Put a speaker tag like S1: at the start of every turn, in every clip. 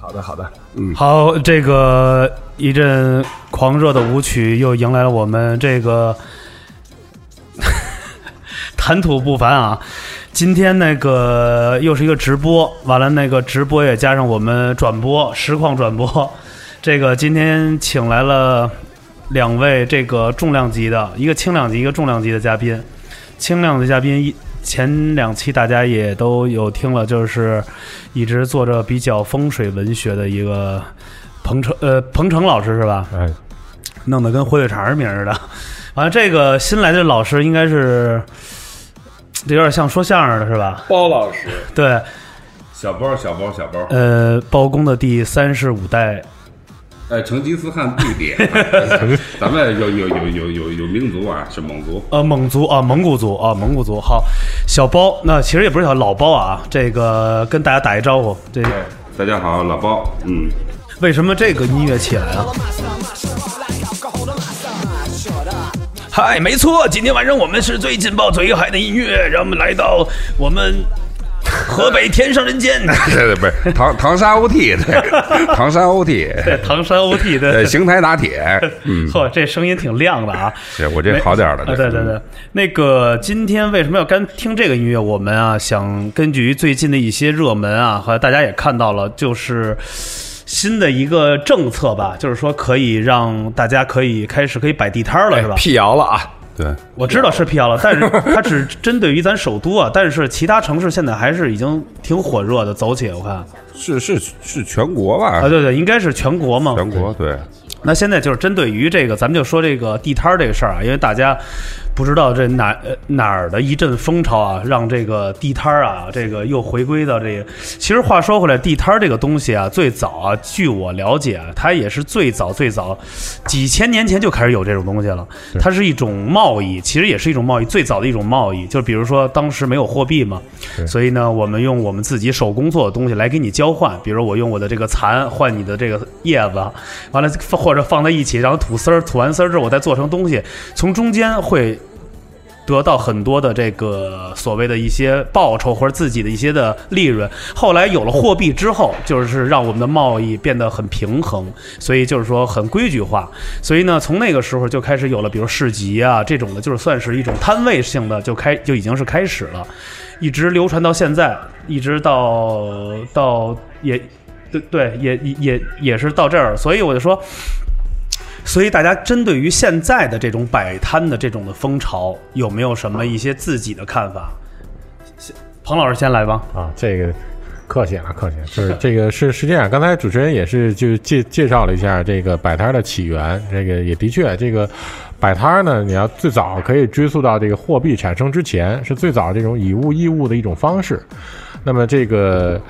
S1: 好的，好的，嗯，
S2: 好，这个一阵狂热的舞曲又迎来了我们这个 谈吐不凡啊！今天那个又是一个直播，完了那个直播也加上我们转播实况转播，这个今天请来了两位这个重量级的，一个轻量级，一个重量级的嘉宾。轻量级嘉宾一前两期大家也都有听了，就是一直做着比较风水文学的一个彭程呃彭程老师是吧？
S3: 哎，
S2: 弄得跟火腿肠儿名儿似的。完了，这个新来的老师应该是，这有点像说相声的是吧？
S4: 包老师，
S2: 对，
S4: 小包，小包，小包，
S2: 呃，包公的第三十五代，
S4: 呃，成吉思汗弟弟，咱们有有有有有有民族啊，是蒙族，
S2: 呃，蒙族啊，蒙古族啊，蒙古族。好，小包，那其实也不是小老包啊，这个跟大家打一招呼。这个
S4: 大家好，老包，嗯，
S2: 为什么这个音乐起来啊？
S5: 嗨，没错，今天晚上我们是最劲爆、最有嗨的音乐，让我们来到我们河北天上人间。
S3: 对对，不是唐唐山 OT，对，唐山 OT，
S2: 对，唐山 OT
S3: 呃，
S2: 的，
S3: 邢台打铁，嗯，
S2: 呵，这声音挺亮的啊。
S3: 是我这好点儿了，
S2: 啊，对对对，那个今天为什么要干听这个音乐？我们啊，想根据于最近的一些热门啊，和大家也看到了，就是新的一个政策吧，就是说可以让大家可以开始可以摆地摊儿
S3: 哎
S2: 了，是吧？
S5: 辟谣了啊！
S3: 对，
S2: 我知道是辟谣了，但是它只针对于咱首都啊，但是其他城市现在还是已经挺火热的，走起我看啊，
S3: 是是是全国吧？
S2: 对对，应该是全国嘛，
S3: 全国对，
S2: 那现在就是针对于这个，咱们就说这个地摊儿这个事儿啊，因为大家不知道这哪呃哪儿的一阵风潮啊，让这个地摊儿啊，这个又回归啊到这个。其实话说回来，地摊儿这个东西啊，最早啊，据我了解啊，它也是最早最早几千年前就开始有这种东西了。它是一种贸易，其实也是一种贸易，最早的一种贸易。就比如说当时没有货币嘛，所以呢，我们用我们自己手工做的东西来给你交换，比如我用我的这个蚕换你的这个叶子，啊完了或者放在一起，然后吐丝儿，吐完丝儿之后我再做成东西，从中间会得到很多的这个所谓的一些报酬或者自己的一些的利润。后来有了货币之后，就是让我们的贸易变得很平衡，所以就是说很规矩化。所以呢，从那个时候就开始有了，比如市集啊这种的，就是算是一种摊位性的，就开就已经是开始了，一直流传到现在，一直到到也。对对，也也也也是到这儿，所以我就说，所以大家针对于现在的这种摆摊的这种的风潮，有没有什么一些自己的看法？彭老师先来吧。
S6: 啊，这个客气啊，客气。就是 这个是是这样，刚才主持人也是就介介绍了一下这个摆摊儿的起源，这个也的确，这个摆摊儿呢，你要最早可以追溯到这个货币产生之前，是最早这种以物易物的一种方式。 那么这个。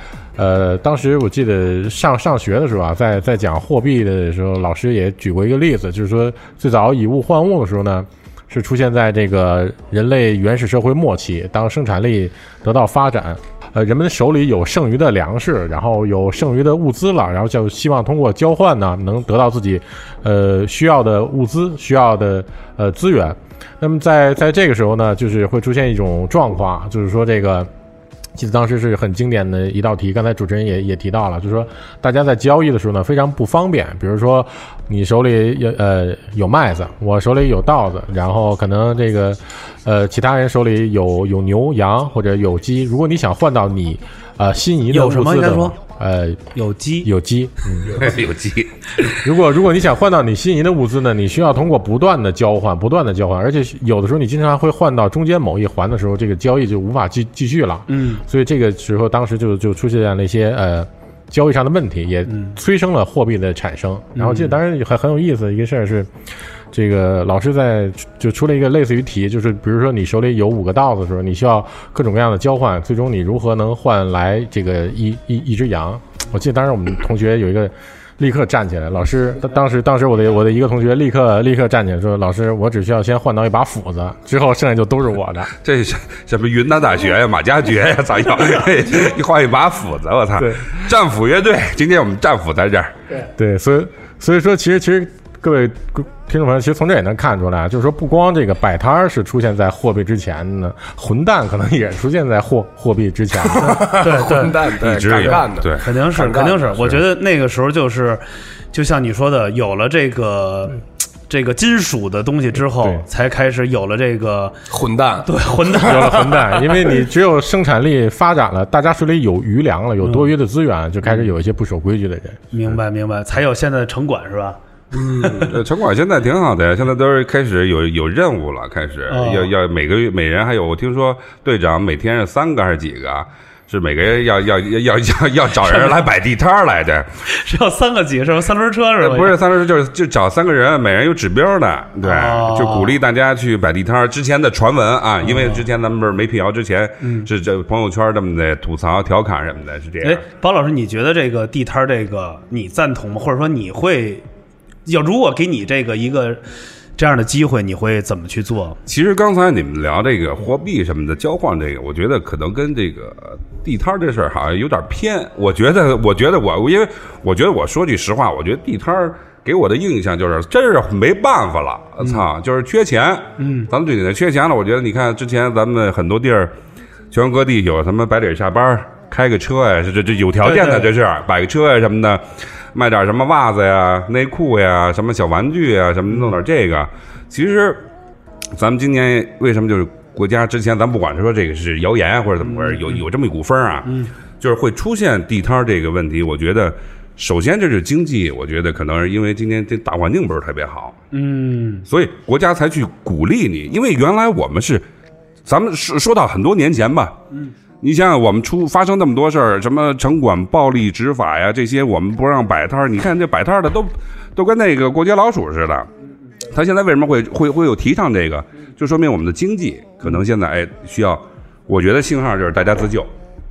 S6: 呃，当时我记得上上学的时候啊，在在讲货币的时候，老师也举过一个例子，就是说最早以物换物的时候呢，是出现在这个人类原始社会末期，当生产力得到发展，呃，人们手里有剩余的粮食，然后有剩余的物资了，然后就希望通过交换呢，能得到自己呃需要的物资、需要的呃资源。那么在在这个时候呢，就是会出现一种状况，就是说这个。记得当时是很经典的一道题，刚才主持人也也提到了，就是说大家在交易的时候呢非常不方便，比如说你手里有呃有麦子，我手里有稻子，然后可能这个呃其他人手里有有牛羊或者有鸡，如果你想换到你呃心仪的
S2: 有什么
S6: 物资的
S2: 应该说
S6: 呃
S2: 有机
S6: 有鸡，
S4: 有鸡，
S6: 如果如果你想换到你心仪的物资呢，你需要通过不断的交换，不断的交换，而且有的时候你经常会换到中间某一环的时候，这个交易就无法继继续了。
S2: 嗯，
S6: 所以这个时候当时就就出现了一些呃交易上的问题，也催生了货币的产生。然后这当然也很很有意思的一个事儿是。这个老师在就出了一个类似于题，就是比如说你手里有五个稻子的时候，你需要各种各样的交换，最终你如何能换来这个一一一只羊？我记得当时我们同学有一个立刻站起来。老师，当当时当时我的我的一个同学立刻立刻站起来说：“老师，我只需要先换到一把斧子，之后剩下就都是我的。
S3: 这什什么云南大学呀、马家爵呀、咋要 一换一把斧子，我操！战斧乐队，今天我们战斧在这儿，”
S6: 对，所以所以说，其实其实各位听众朋友，其实从这也能看出来啊，就是说不光这个摆摊儿是出现在货币之前呢，混蛋可能也出现在货货币之前。
S2: 对对
S1: 混，蛋对
S3: 一直
S1: 敢
S3: 有
S1: 干的，
S3: 对，
S2: 肯定是
S1: 尴尬
S2: 肯定是。我觉得那个时候就是，就像你说的，有了这个。这个金属的东西之后
S6: 对，
S2: 才开始有了这个
S1: 混蛋，
S2: 对混 蛋，
S6: 有了混蛋，因为你只有生产力发展了，大家手里有余粮了，有多余的资源，就开始有一些不守规矩的人。
S2: 明白明白，才有现在的城管是吧？
S3: 呃，城管现在挺好的呀，现在都是开始有有任务了，开始、
S2: 哦
S3: 要要每个月每人还有，我听说队长每天是三个还是几个啊？是每个人要要要要要要找人来摆地摊儿来的，
S2: 是啊要三个几是吧？三轮车是吧？
S3: 呃不是三十就是就找三个人，每人有指标的，对，
S2: 哦
S3: 就鼓励大家去摆地摊儿。之前的传闻啊，因为之前咱们不是没辟谣之前，是这朋友圈这么的吐槽、调侃什么的，是这
S2: 嗯哎
S3: 样。，
S2: 包老师，你觉得这个地摊儿这个你赞同吗？或者说你会要如果给你这个一个这样的机会，你会怎么去做？
S3: 其实刚才你们聊这个货币什么的交换，这个我觉得可能跟这个呃地摊儿这事儿好像有点偏。我觉得， 我觉得我，因为我觉得我说句实话，我觉得地摊儿给我的印象就是真是没办法了，
S2: 嗯
S3: 我操，就是缺钱。嗯，咱们最近的缺钱了。我觉得你看之前咱们很多地儿，全国各地有什么白领下班儿开个车呀，这这这有条件的
S2: 对
S3: 这是摆个车呀什么的，卖点什么袜子呀、内裤呀、什么小玩具呀，什么弄点这个。其实咱们今年为什么就是国家之前，咱不管说这个是谣言啊或者怎么回事，有有这么一股风啊，就是会出现地摊儿这个问题。我觉得，首先这是经济，我觉得可能是因为今天这大环境不是特别好，
S2: 嗯，
S3: 所以国家才去鼓励你。因为原来我们是，咱们说说到很多年前吧，嗯，你想想我们出发生那么多事儿，什么城管暴力执法呀，这些我们不让摆摊儿，你看这摆摊儿的都都跟那个过街老鼠似的。他现在为什么会会会有提倡这个？
S2: 嗯
S3: 就说明我们的经济可能现在哎需要，我觉得信号就是大家自救。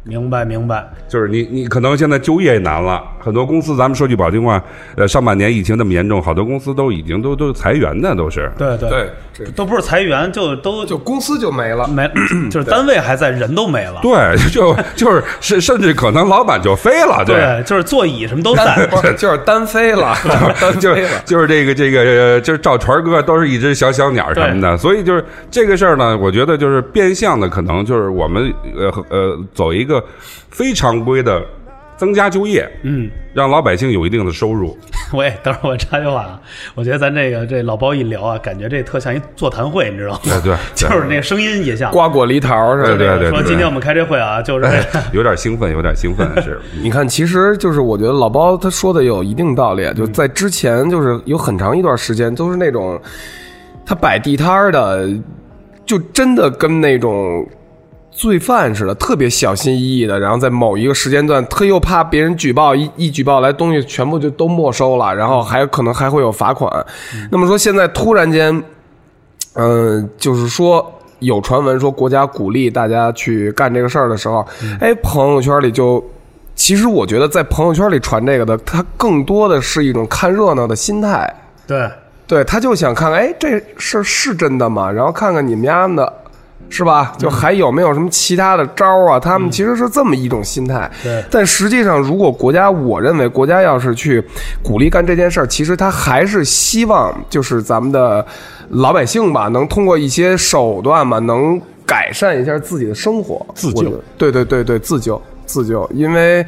S2: 明白明白。
S3: 就是你，你可能现在就业也难了，很多公司，咱们说句不好听话，呃，上半年疫情那么严重，好多公司都已经都都裁员的，都是。
S2: 对对
S1: 对，这
S2: 都不是裁员，就都
S1: 就公司就没 了，
S2: 没，就是单位还在，人都没了。
S3: 对，就就是甚甚至可能老板就飞了，
S2: 对，就是座椅什么都在
S1: 单。不是就是单飞 了， 单
S3: 就
S1: 飞了。
S3: 就是这个这个，呃就是赵传哥都是一只小小鸟什么的，所以就是这个事儿呢，我觉得就是变相的，可能就是我们呃呃走一个非常规的增加就业，
S2: 嗯，
S3: 让老百姓有一定的收入。
S2: 喂，等 会儿我插句话啊，我觉得咱这个这老包一聊啊，感觉这特像一座谈会，你知道吗？
S3: 对对，
S2: 就是那个声音也像。
S1: 瓜果梨桃是吧？
S3: 对对对对哎
S2: 说今天我们开这会啊，就是为了
S3: 有点兴奋，有点兴奋是。
S1: 你看，其实就是我觉得老包他说的有一定道理，就在之前就是有很长一段时间都是那种他摆地摊儿的，就真的跟那种。罪犯似的，特别小心翼翼的，然后在某一个时间段，他又怕别人举报，一一举报来东西全部就都没收了，然后还可能还会有罚款。那么说现在突然间嗯、就是说有传闻说国家鼓励大家去干这个事儿的时候，哎，朋友圈里就。其实我觉得，在朋友圈里传这个的，他更多的是一种看热闹的心态，
S2: 对
S1: 对，他就想看看，哎，这事儿是真的吗？然后看看你们家的，是吧？
S6: 嗯
S1: 就还有没有什么其他的招儿啊？他们其实是这么一种心态。
S2: 对
S1: 但实际上，如果国家，我认为国家要是去鼓励干这件事儿，其实他还是希望就是咱们的老百姓吧，能通过一些手段吧，能改善一下自己的生活，
S6: 自
S1: 我
S6: 救
S1: 觉得。对对对对，自救自救，因为。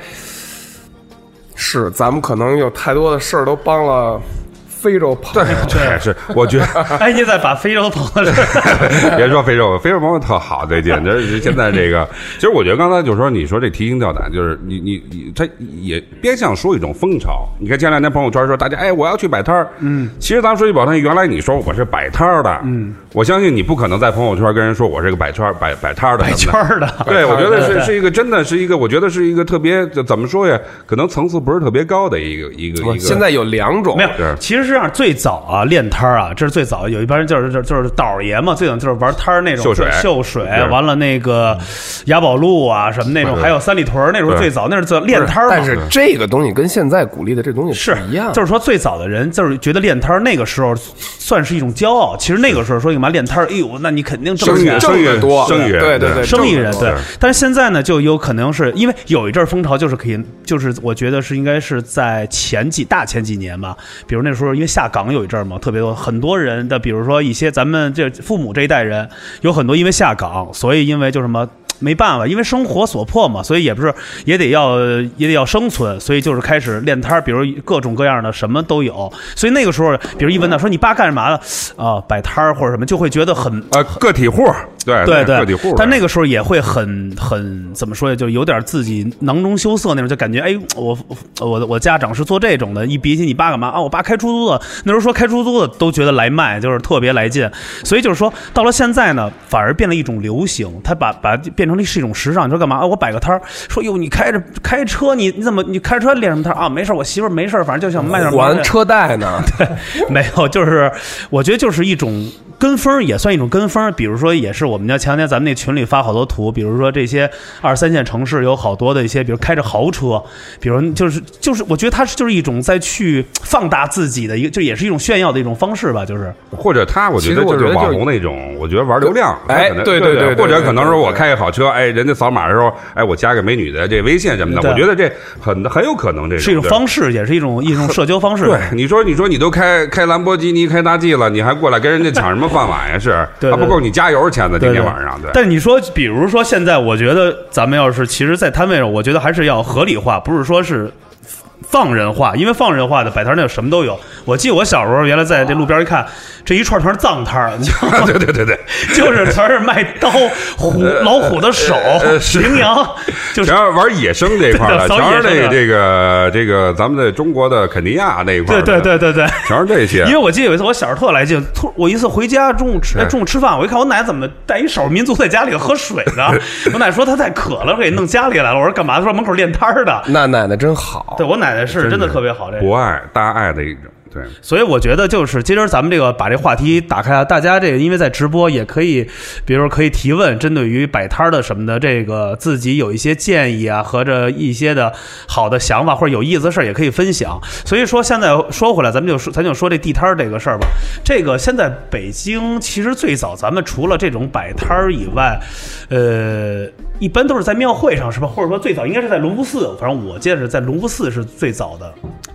S1: 是，咱们可能有太多的事儿都帮了非洲朋友，
S3: 这是我觉得，
S2: 哎，你再把非洲朋友
S3: 别说非洲，非洲朋友特好，最近这 现在这个，其实我觉得刚才就说你说这提心吊胆，就是你你你，他也变相说一种风潮。你看前两天朋友圈说大家哎我要去摆摊儿，嗯，其实咱们说句不好听，原来你说我是摆摊儿的，嗯，我相信你不可能在朋友圈跟人说我是个摆圈儿摆摆摊儿的什么的，摆
S2: 圈儿的，
S3: 对，我觉得是是一个真的是一个，我觉得是一个特别怎么说呀？可能层次不是特别高的一个一个一个。
S1: 现在有两种
S2: 没
S3: 对
S2: 有，其实是这样，最早啊练摊儿啊，这是最早有一帮人就是就是就是倒儿爷嘛，最早就是玩摊儿那种
S3: 秀水
S2: 就是秀水
S3: 对，
S2: 完了那个雅宝路啊什么那种，还有三里屯儿那时候
S3: 对
S2: 最早那是最练摊儿嘛，
S1: 但是这个东西跟现在鼓励的这东西
S2: 是
S1: 不一样，
S2: 就是说最早的人就是觉得练摊儿那个时候算是一种骄傲，其实那个时候说你嘛练摊儿，哎呦，那你肯定挣
S3: 生意
S2: 钱。
S1: 挣得多，
S3: 生意人
S1: 对对
S3: 对
S1: 对，
S2: 生意人
S1: 挣得
S2: 对
S1: 多，
S2: 但是现在呢，就有可能是因为有一阵儿风潮，就是可以，就是我觉得是应该是在前几大前几年吧，比如那时候因为下岗有一阵儿嘛，特别多，很多人的，比如说一些咱们这父母这一代人，有很多因为下岗，所以因为就什么。没办法，因为生活所迫嘛，所以也不是也得要也得要生存，所以就是开始练摊儿，比如各种各样的什么都有。所以那个时候，比如一问到说你爸干什么的啊，摆摊儿或者什么，就会觉得很
S3: 呃，个体户，对
S2: 对
S3: 个体户，啊
S2: 但那个时候也会很很怎么说呀，就有点自己囊中羞涩那种，就感觉哎，我我我家长是做这种的，一比起你爸干嘛啊？我爸开出租的，那时候说开出租的都觉得来卖，就是特别来劲。所以就是说，到了现在呢，反而变了一种流行，它把把变成了是一种时尚。你说干嘛啊？我摆个摊儿，说哟，你开着开车，你你怎么你开车练什么摊儿啊？没事儿，我媳妇儿没事儿，反正就想卖点儿毛
S1: 还
S2: 线
S1: 车贷呢，
S2: 没有，就是我觉得就是一种跟风儿，也算一种跟风儿。比如说，也是我们家前两天咱们那群里发好多图，比如说这些二三线城市有好多的一些，比如开着豪车，比如就是就是，我觉得它是就是一种在去放大自己的一个，就也是一种炫耀的一种方式吧，就是
S3: 或者他，我觉
S1: 其
S3: 得
S1: 实我
S3: 就
S1: 觉
S3: 是
S1: 得
S3: 网
S1: 就是
S3: 红那种，我觉得玩流量，
S1: 哎
S3: 他可能
S1: 对
S3: 对
S1: 对对对
S3: 或者可能说
S1: 对对
S3: 我开个好车，哎，人家扫码的时候，哎，我加个美女的这微信什么的，
S2: 对
S3: 我觉得这很很有可能这
S2: 是一种
S3: 对
S2: 方式，也是一种一种社交方式。
S3: 对，你说你说你都开开兰博基尼、开大 G 了，你还过来跟人家抢什么饭碗呀？是，
S2: 对对
S3: 还不够你加油钱的今
S2: 对
S3: 天
S2: 对
S3: 晚上。对，
S2: 但你说，比如说现在，我觉得咱们要是，其实，在摊位上，我觉得还是要合理化，不是说是放人化，因为放人化的摆摊儿那什么都有。我记得我小时候原来在这路边一看，这一串全是脏摊儿，你知道吗
S3: 对对对对，
S2: 就是全是卖刀、虎、老虎的手
S3: 呃、是
S2: 羚羊，就是
S3: 全是啊玩野生这一块儿 的，
S2: 对
S3: 全是
S2: 扫野
S3: 这
S2: 生的
S3: 这个这个咱们的中国的肯尼亚那一块儿
S2: 对
S3: 的，
S2: 对对对对。
S3: 全是这些
S2: 因为。我记得有一次我小时候特来劲，突我一次回家中午吃哎中午吃饭，我一看我奶怎么带一手民族在家里头喝水呢？我奶说她太渴了，给弄家里来了。我说干嘛？她说门口练摊儿的。
S1: 那奶奶真好
S2: 对，我奶奶是真的特别好，这个
S3: 博爱大爱的一种，对，
S2: 所以我觉得就是今儿咱们这个把这话题打开啊，大家这个因为在直播也可以，比如说可以提问，针对于摆摊儿的什么的，这个自己有一些建议啊，和这一些的好的想法或者有意思的事儿也可以分享。所以说现在说回来，咱们就说咱就说这地摊儿这个事儿吧。这个现在北京其实最早咱们除了这种摆摊儿以外，呃，一般都是在庙会上是吧？或者说最早应该是在隆福寺，反正我记得是在隆福寺是最早的。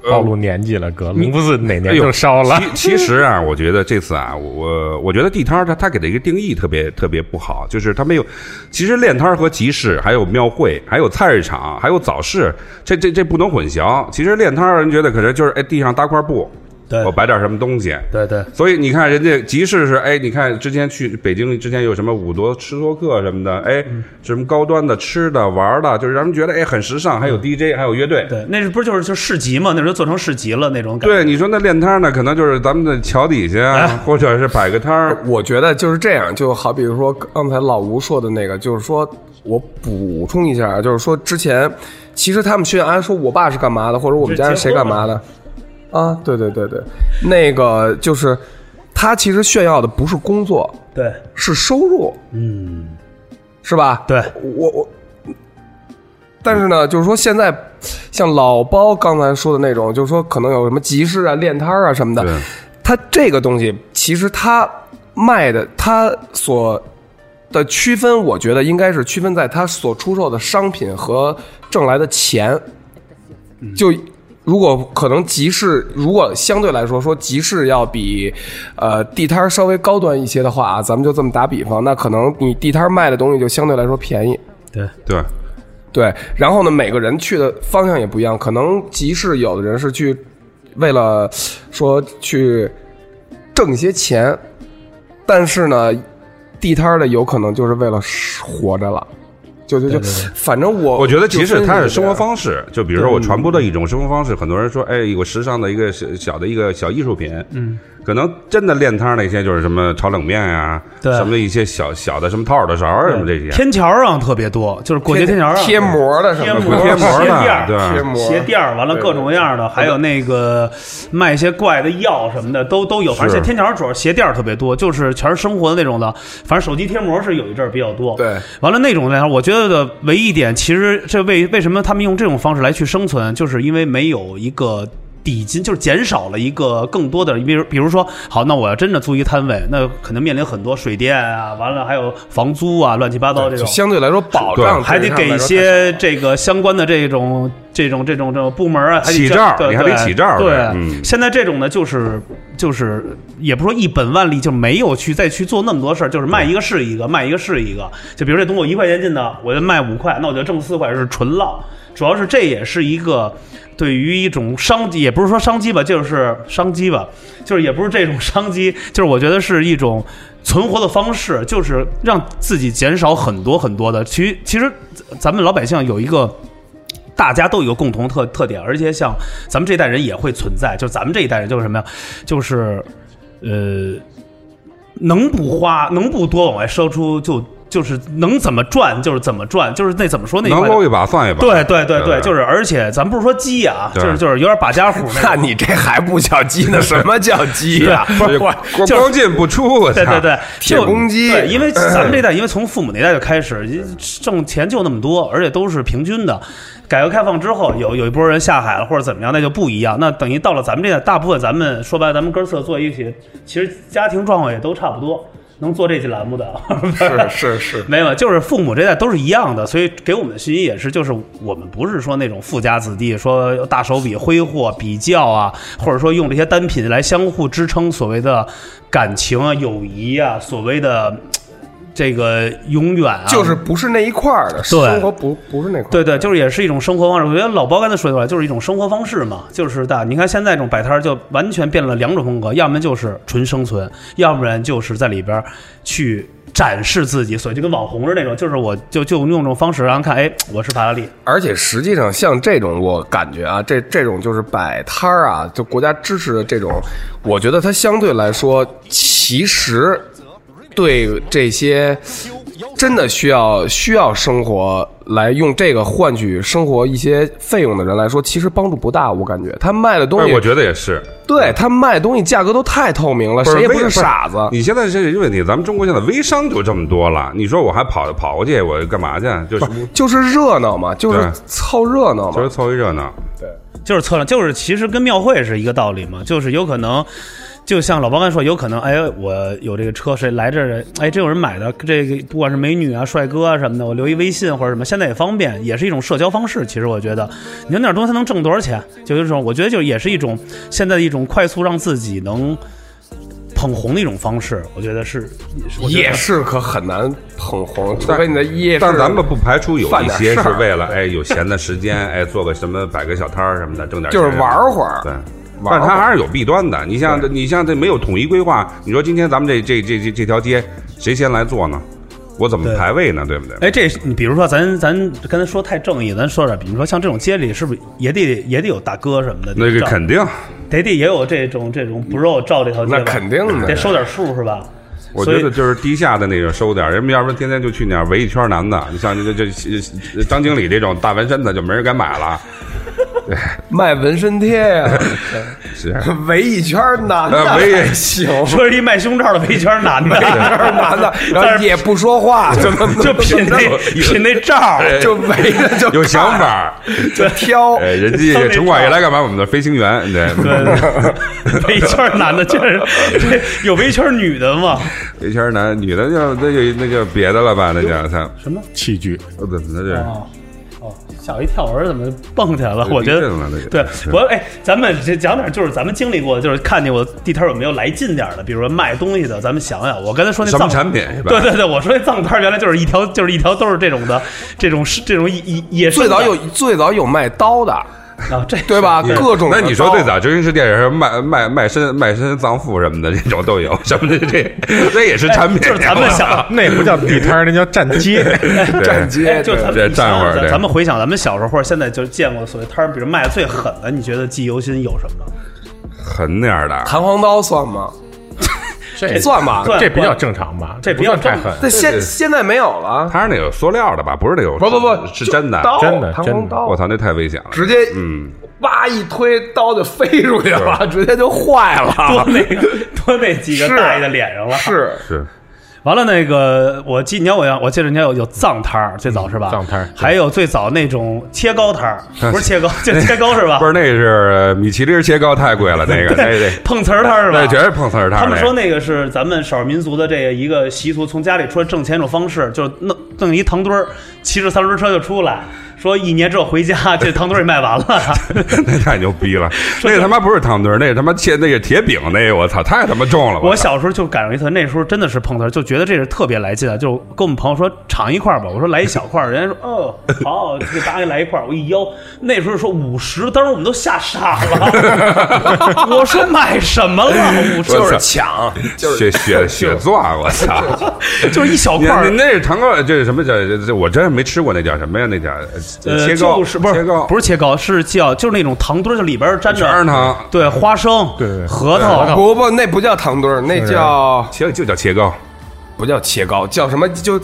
S6: 暴露年纪了，哥，
S3: 你
S6: 龙不是哪
S3: 哎
S6: 年
S3: 呦
S6: 就烧了。
S3: 其其实啊，我觉得这次啊，我我我觉得地摊儿它它给的一个定义特别特别不好，就是它没有。其实练摊儿和集市，还有庙会，还有菜市场，还有早市，这这这不能混淆。其实练摊儿人觉得可能就是哎地上搭块布，
S2: 对
S3: 我摆点什么东西，
S2: 对对。
S3: 所以你看，人家集市是哎，你看之前去北京之前有什么五多吃多客什么的，哎，
S6: 嗯
S3: 什么高端的吃的玩儿的，就是让人觉得哎很时尚，还
S6: 嗯
S3: 有 DJ，还有乐队。
S2: 对，那是不是就是就市集嘛？那时候做成市集了那种感觉。哎
S3: 对，你说那练摊儿呢，可能就是咱们的桥底下啊，或者是摆个摊儿，
S1: 我觉得就是这样，就好比说刚才老吴说的那个，就是说我补充一下，啊就是说之前其实他们宣扬说我爸是干嘛的，或者我们家是谁干嘛的，啊，对对对对，那个就是他其实炫耀的不是工作，
S2: 对
S1: 是收入，嗯，是吧？
S2: 对，
S1: 我我，但是呢，就是说现在像老包刚才说的那种，就是说可能有什么集市啊、练摊儿啊什么的
S3: 对，
S1: 它这个东西其实它卖的，它所的区分，我觉得应该是区分在它所出售的商品和挣来的钱，就。如果可能，集市如果相对来说说集市要比，呃，地摊儿稍微高端一些的话啊，咱们就这么打比方，那可能你地摊儿卖的东西就相对来说便宜，
S3: 对，
S1: 对，然后呢，每个人去的方向也不一样，可能集市有的人是去为了说去挣一些钱，但是呢，地摊儿的有可能就是为了活着了。就就就，反正我
S3: 我觉得其
S1: 就
S3: 实
S1: 真
S3: 它是
S1: 这
S3: 生
S1: 样
S3: 活方式，就比
S2: 嗯
S3: 如说我传播的一种生活方式，很多人说，哎，有时尚的一个小小的一个小艺术品，嗯，可能真的练摊儿那些就是什么炒冷面呀、
S2: 对
S3: 什么一些小小的什么掏耳朵勺儿什么这些，
S2: 天桥上特别多，就是过街天桥上
S1: 贴膜的什
S2: 贴
S1: 么
S2: 膜、
S3: 贴膜
S2: 鞋
S3: 呢
S2: 垫儿
S3: 对
S1: 贴膜
S2: 鞋垫儿，完了各种各样的，还有那个卖一些怪的药什么的，都都有。反正现在天桥上主要是鞋垫儿特别多，就是全是生活的那种的。反正手机贴膜是有一阵儿比较多。
S1: 对，
S2: 完了那种那啥，我觉得的唯一一点，其实这为为什么他们用这种方式来去生存，就是因为没有一个。底薪就是减少了一个更多的，比如比如说，好，那我要真的租一摊位，那可能面临很多水电啊，完了还有房租啊，乱七八糟这
S1: 就
S2: 种。
S1: 相对来说保
S3: 对
S1: 障
S2: 还得给一些这个相关的这种这种这种这种部门啊，还得
S3: 起
S2: 这
S3: 照
S2: 对
S3: 你还得
S2: 对
S3: 起照
S2: 对，
S3: 嗯
S2: 现在这种呢，就是就是也不说一本万利，就没有去再去做那么多事儿，就是卖一个是一个，卖一个是一个。就比如这东西我一块钱进的，我就卖五块，那我就挣四块，是纯浪。主要是这也是一个对于一种商机，也不是说商机吧，就是商机吧，就是也不是这种商机，就是我觉得是一种存活的方式，就是让自己减少很多很多的。其实其实咱们老百姓有一个。大家都有共同特特点，而且像咱们这一代人也会存在，就是咱们这一代人就是什么呀？就是呃，能不花，能不多往外烧出就就是能怎么赚就是怎么赚，就是那怎么说那句话
S3: 能
S2: 叫
S3: 搂一把算一把，
S2: 对对对对，就是 是而且咱不是说鸡啊，就
S3: 对
S2: 是就是有点把家虎那
S1: 那
S2: 种。
S1: 你这还不叫鸡呢？什么叫鸡呀？
S3: 哎
S2: 不是我
S3: 光
S2: 就是
S3: 光进不出，我
S2: 对对
S3: 操
S2: 对，
S1: 铁
S2: 就
S1: 公鸡
S2: 对，因 为咱们这代，因为从父母那代就开始挣钱就那么多，而且都是平均的。改革开放之后，有有一波人下海了或者怎么样，那就不一样。那等于到了咱们这代，大部分咱们说白，了，咱们哥四个坐一起，其实家庭状况也都差不多，能做这期栏目的。
S1: 是是是，
S2: 没有，就是父母这代都是一样的，所以给我们的信息也是，就是我们不是说那种富家子弟说大手笔挥霍、比较啊，或者说用这些单品来相互支撑所谓的感情啊、友谊啊，所谓的嘖这个永远啊，
S1: 就是不是那一块儿的生活不，不是那块儿。
S2: 对对，就是也是一种生活方式。我觉得老包刚才说出来，就是一种生活方式嘛，就是大。你看现在这种摆摊儿就完全变了两种风格，要么就是纯生存，要不然就是在里边儿去展示自己，所以就跟网红似的那种，就是我就就用这种方式让人看，哎，我是法拉利，
S1: 而且实际上，像这种我感觉啊，这这种就是摆摊儿啊，就国家支持的这种，我觉得它相对来说，其实对这些真的需要需要生活来用这个换取生活一些费用的人来说，其实帮助不大。我感觉他卖的东
S3: 但
S1: 西，
S3: 哎是我觉得也是，
S1: 对他卖的东西价格都太透明了，谁也不
S3: 微
S1: 是傻子。
S3: 你现在这个问题，咱们中国现在微商就这么多了，你说我还跑跑过去，我干嘛去？就是
S1: 就是热闹嘛，就是
S3: 对
S1: 凑热闹
S3: 就
S1: 嘛
S3: 是。凑一热闹。
S2: 就是测量，就是其实跟庙会是一个道理嘛，就是有可能。就像老包刚才说，有可能，哎，我有这个车，谁来这儿，哎，真有人买的，这个不管是美女啊、帅哥啊什么的，我留一微信或者什么，现在也方便，也是一种社交方式。其实我觉得，你说那点东西能挣多少钱？就有一种，我觉得就也是一种现在的一种快速让自己能捧红的一种方式。我觉得是，我觉得
S1: 夜市可很难捧红，除
S3: 但
S1: 非你在夜市。
S3: 但咱们不排除有
S1: 犯
S3: 一
S1: 点
S3: 些
S1: 事
S3: 是
S1: 儿
S3: 为了哎有闲的时 间，哎做个什么摆个小摊儿什么的，挣点
S1: 就是
S3: 钱
S1: 玩儿会儿
S3: 对。
S1: 玩儿
S3: 但
S1: 会儿
S3: 它还是有弊端的，你像这，你像这没有统一规划，你说今天咱们这这这这这条街谁先来做呢？我怎么排位呢？对不对？
S2: 哎，这是你比如说咱咱刚才说太正义，咱说点，比如说像这种街里是不是也得也得有大哥什么的？
S3: 那
S2: 你
S3: 个
S2: 知道吗
S3: 肯定，
S2: 得得也有这种这种不肉照这条街吧
S1: 那肯定的
S2: 得收点数是吧？
S3: 我
S2: 所
S3: 觉
S2: 以
S3: 得就是地下的那个收点儿，人们要不然天天就去那儿围一圈男的，你像这这这张经理这种大纹身的就没人敢买了，
S1: 卖纹身贴呀、
S3: 是。
S1: 围一圈男的，
S3: 呃围
S1: 还行，围
S2: 说是一卖胸罩的围一圈男的，
S1: 一圈 男的，然
S2: 但
S1: 后
S2: 是
S1: 也不说话，就那么哎
S2: 就品那品那罩，
S1: 就围着就
S3: 哎有想法儿，
S1: 就挑，
S3: 哎，人家这城管一来干嘛？我们的飞行员，对，
S2: 围一圈男的，就是这有围一圈女的吗？
S3: 一圈男女的就那就那就别的了吧，那就他
S6: 器具。
S3: 我怎么的
S2: 哦哦，吓我一跳，我说怎么蹦起来了？我觉
S3: 地
S2: 得
S3: 震了那个
S2: 对
S3: 是
S2: 我哎，咱们这讲点就是咱们经历过的，就是看见我地摊有没有来劲点的，比如说卖东西的，咱们想想，我刚才说那
S3: 什么
S2: 藏
S3: 产品是吧？
S2: 对对对，我说那藏摊儿原来就是一条，就是一条都是这种的，这种是这种野野野生
S1: 最
S2: 的
S1: 早有最早有卖刀的，
S2: 啊，这
S1: 对吧？各种
S3: 那你说最
S1: 的
S3: 早周星驰电影是卖卖卖身卖身葬父什么的这种都有，什么的这这也是产品。
S2: 哎
S3: 啊
S2: 就是咱们想，
S6: 那不叫地摊儿，那叫站街。
S1: 站街，
S2: 哎就咱
S3: 这
S2: 们
S3: 站会儿
S2: 咱
S3: 对
S2: 咱们回想咱们小时候或者现在就见过所谓摊儿，比如卖的最狠的，你觉得记忆犹新有什么？
S3: 很那样的，
S1: 弹簧刀算吗？
S6: 这
S1: 算吧
S2: 算
S6: 这比较正常吧？
S2: 这
S6: 不
S2: 比较
S6: 算太狠。
S1: 那现
S3: 对
S1: 现在没有了，
S3: 它是那有塑料的吧？不是那种，
S1: 不不不，
S3: 是
S1: 就
S3: 真的。
S1: 刀
S6: 真的
S1: 弹
S6: 真
S1: 簧
S6: 的
S2: 哦
S1: 刀，
S3: 我操，那太危险了！
S1: 直接
S3: 嗯，
S1: 哇一推，刀就飞出去了，直接就坏
S2: 多
S1: 了。
S2: 那个多那几个
S3: 啊
S1: 是
S2: 大爷的脸上了。
S1: 是
S3: 是
S2: 完了，那个我记你看我要我记得人家有有藏摊儿，最早是吧？
S6: 藏摊儿对
S2: 还有最早那种切糕摊儿，不是切糕，就切糕是吧？
S3: 不是那是米其林切糕太贵了，那个那 那
S2: 碰瓷儿摊儿是吧？
S3: 那全是碰瓷儿摊儿
S2: 他们说
S3: 那
S2: 那个是咱们少数民族的这个一个习俗，从家里出来挣钱一种方式，就是弄弄一糖墩儿，骑着三轮车就出来，说一年之后回家，这糖墩儿也卖完了。
S3: 那太牛逼了，那他妈不是糖墩儿，那他妈切那个铁饼那个，我操，太他妈重了！
S2: 我
S3: 操
S2: 小时候就赶上一次，那时候真的是碰瓷儿，就觉得这是特别来劲啊，就跟我们朋友说尝一块儿吧，我说来一小块儿，人家说哦好，这个大家来一块儿，我一腰，那时候说五十，当时我们都吓傻了， 我说买什么了五十，
S1: 就是抢，就是
S3: 血血血钻，我操！
S2: 就是一小
S3: 你
S2: 块儿
S3: 你。那是糖糕，这是什么叫？这这我真是没吃过，那叫什么呀？那叫
S2: 呃，
S3: 切糕，
S2: 就是不是
S3: 切糕，
S2: 不是切糕，是叫就是那种糖墩儿，就里边儿沾
S3: 全是
S2: 着
S3: 糖，
S2: 对花生、
S6: 对对对
S2: 核
S6: 核
S2: 桃
S6: 桃、
S1: 不不，那不叫糖墩儿，那
S3: 啊
S1: 叫
S3: 切就叫切糕。
S1: 不叫切糕，叫什么？就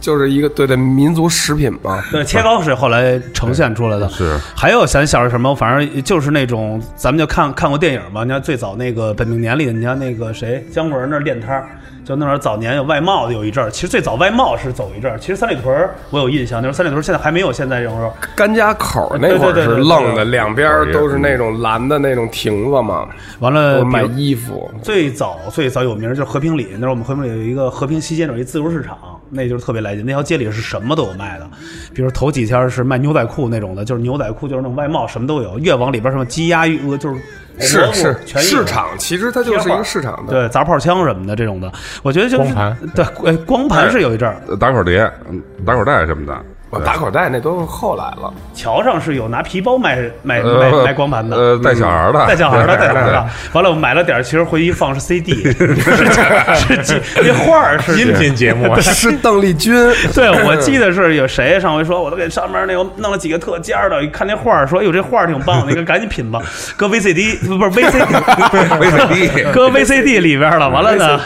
S1: 就是一个对对民族食品嘛。
S2: 对切糕是后来呈现出来的。
S3: 是，
S2: 还有想小时候什么，反正就是那种咱们就看看过电影嘛。你看最早那个本命年里，你看那个谁姜文那儿练摊儿，就那会儿早年有外贸的有一阵儿。其实最早外贸是走一阵儿，其实三里屯儿我有印象，那时候三里屯儿现在还没有现在这种时候。
S1: 甘家口
S2: 对
S1: 那会
S2: 对
S1: 儿
S2: 对对
S1: 是
S2: 对
S1: 愣
S2: 对
S1: 的，两边儿都是那种蓝的那种亭子嘛。
S2: 完了
S1: 我买
S2: 比如
S1: 衣服，
S2: 最早最早有名儿就是和平里，那时候我们和平里有一个和平西街有一自由市场，那就是特别来劲。那条街里是什么都有卖的，比如头几天是卖牛仔裤那种的，就是牛仔裤就是那种外贸，什么都有。越往里边儿什么鸡鸭鱼鹅就是
S1: 是
S2: 蘑菇
S1: 是
S2: 全有哎
S1: 市场，其实它就是一
S2: 贴画
S1: 个市场的。
S2: 对砸炮枪什么的这种的，我觉得就是
S6: 光盘
S2: 对哎光盘是有一阵儿，
S3: 打口碟、嗯打口袋什么的。
S1: 我打口袋那都是后来了，
S2: 桥上是有拿皮包卖卖卖
S3: 呃，
S2: 卖光盘的。
S3: 呃，带小孩儿的，
S2: 带小孩 的，带小孩
S3: 对
S2: 的。完了，我买了点儿，其实回去一放是 CD，是是那画儿是
S6: 音频节目
S1: 是邓丽君。
S2: 对，我记得是有谁上回说，我都给上面那个弄了几个特尖儿的，一看那画儿说，哟，这画儿挺棒的，你赶紧品吧，搁 VCD 不是 VCD，
S3: VCD
S2: 搁 VCD 里边了。完了呢，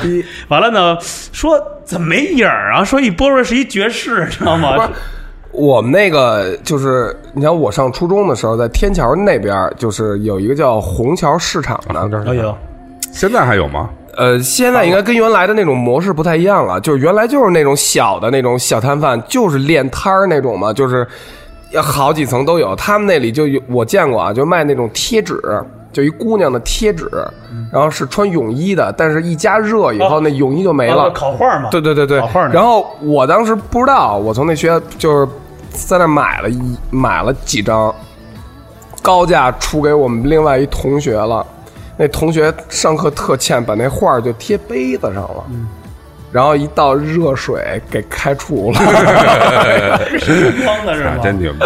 S2: 完了呢，说怎么没影儿啊？说一播出来是一爵士，知道吗？
S1: 我们那个就是，你看我上初中的时候，在天桥那边儿就是有一个叫虹桥市场的，
S2: 哎呦，
S3: 现在还有吗？
S1: 呃，现在应该跟原来的那种模式不太一样了，就是原来就是那种小的那种小摊贩，就是练摊儿那种嘛，就是要好几层都有。他们那里就有我见过啊，就卖那种贴纸，就一姑娘的贴纸，然后是穿泳衣的，但是一加热以后，
S2: 嗯哦
S1: 那泳衣就没了。
S2: 烤画儿嘛，
S1: 对对对对
S2: 烤画儿，呢
S1: 然后我当时不知道，我从那学校就是在那儿买了一买了几张，高价出给我们另外一同学了。那同学上课特欠，把那画儿就贴杯子上了，然后一倒热水给开除了。
S2: 是荧光的是
S3: 啊
S2: 吗？
S3: 真牛逼！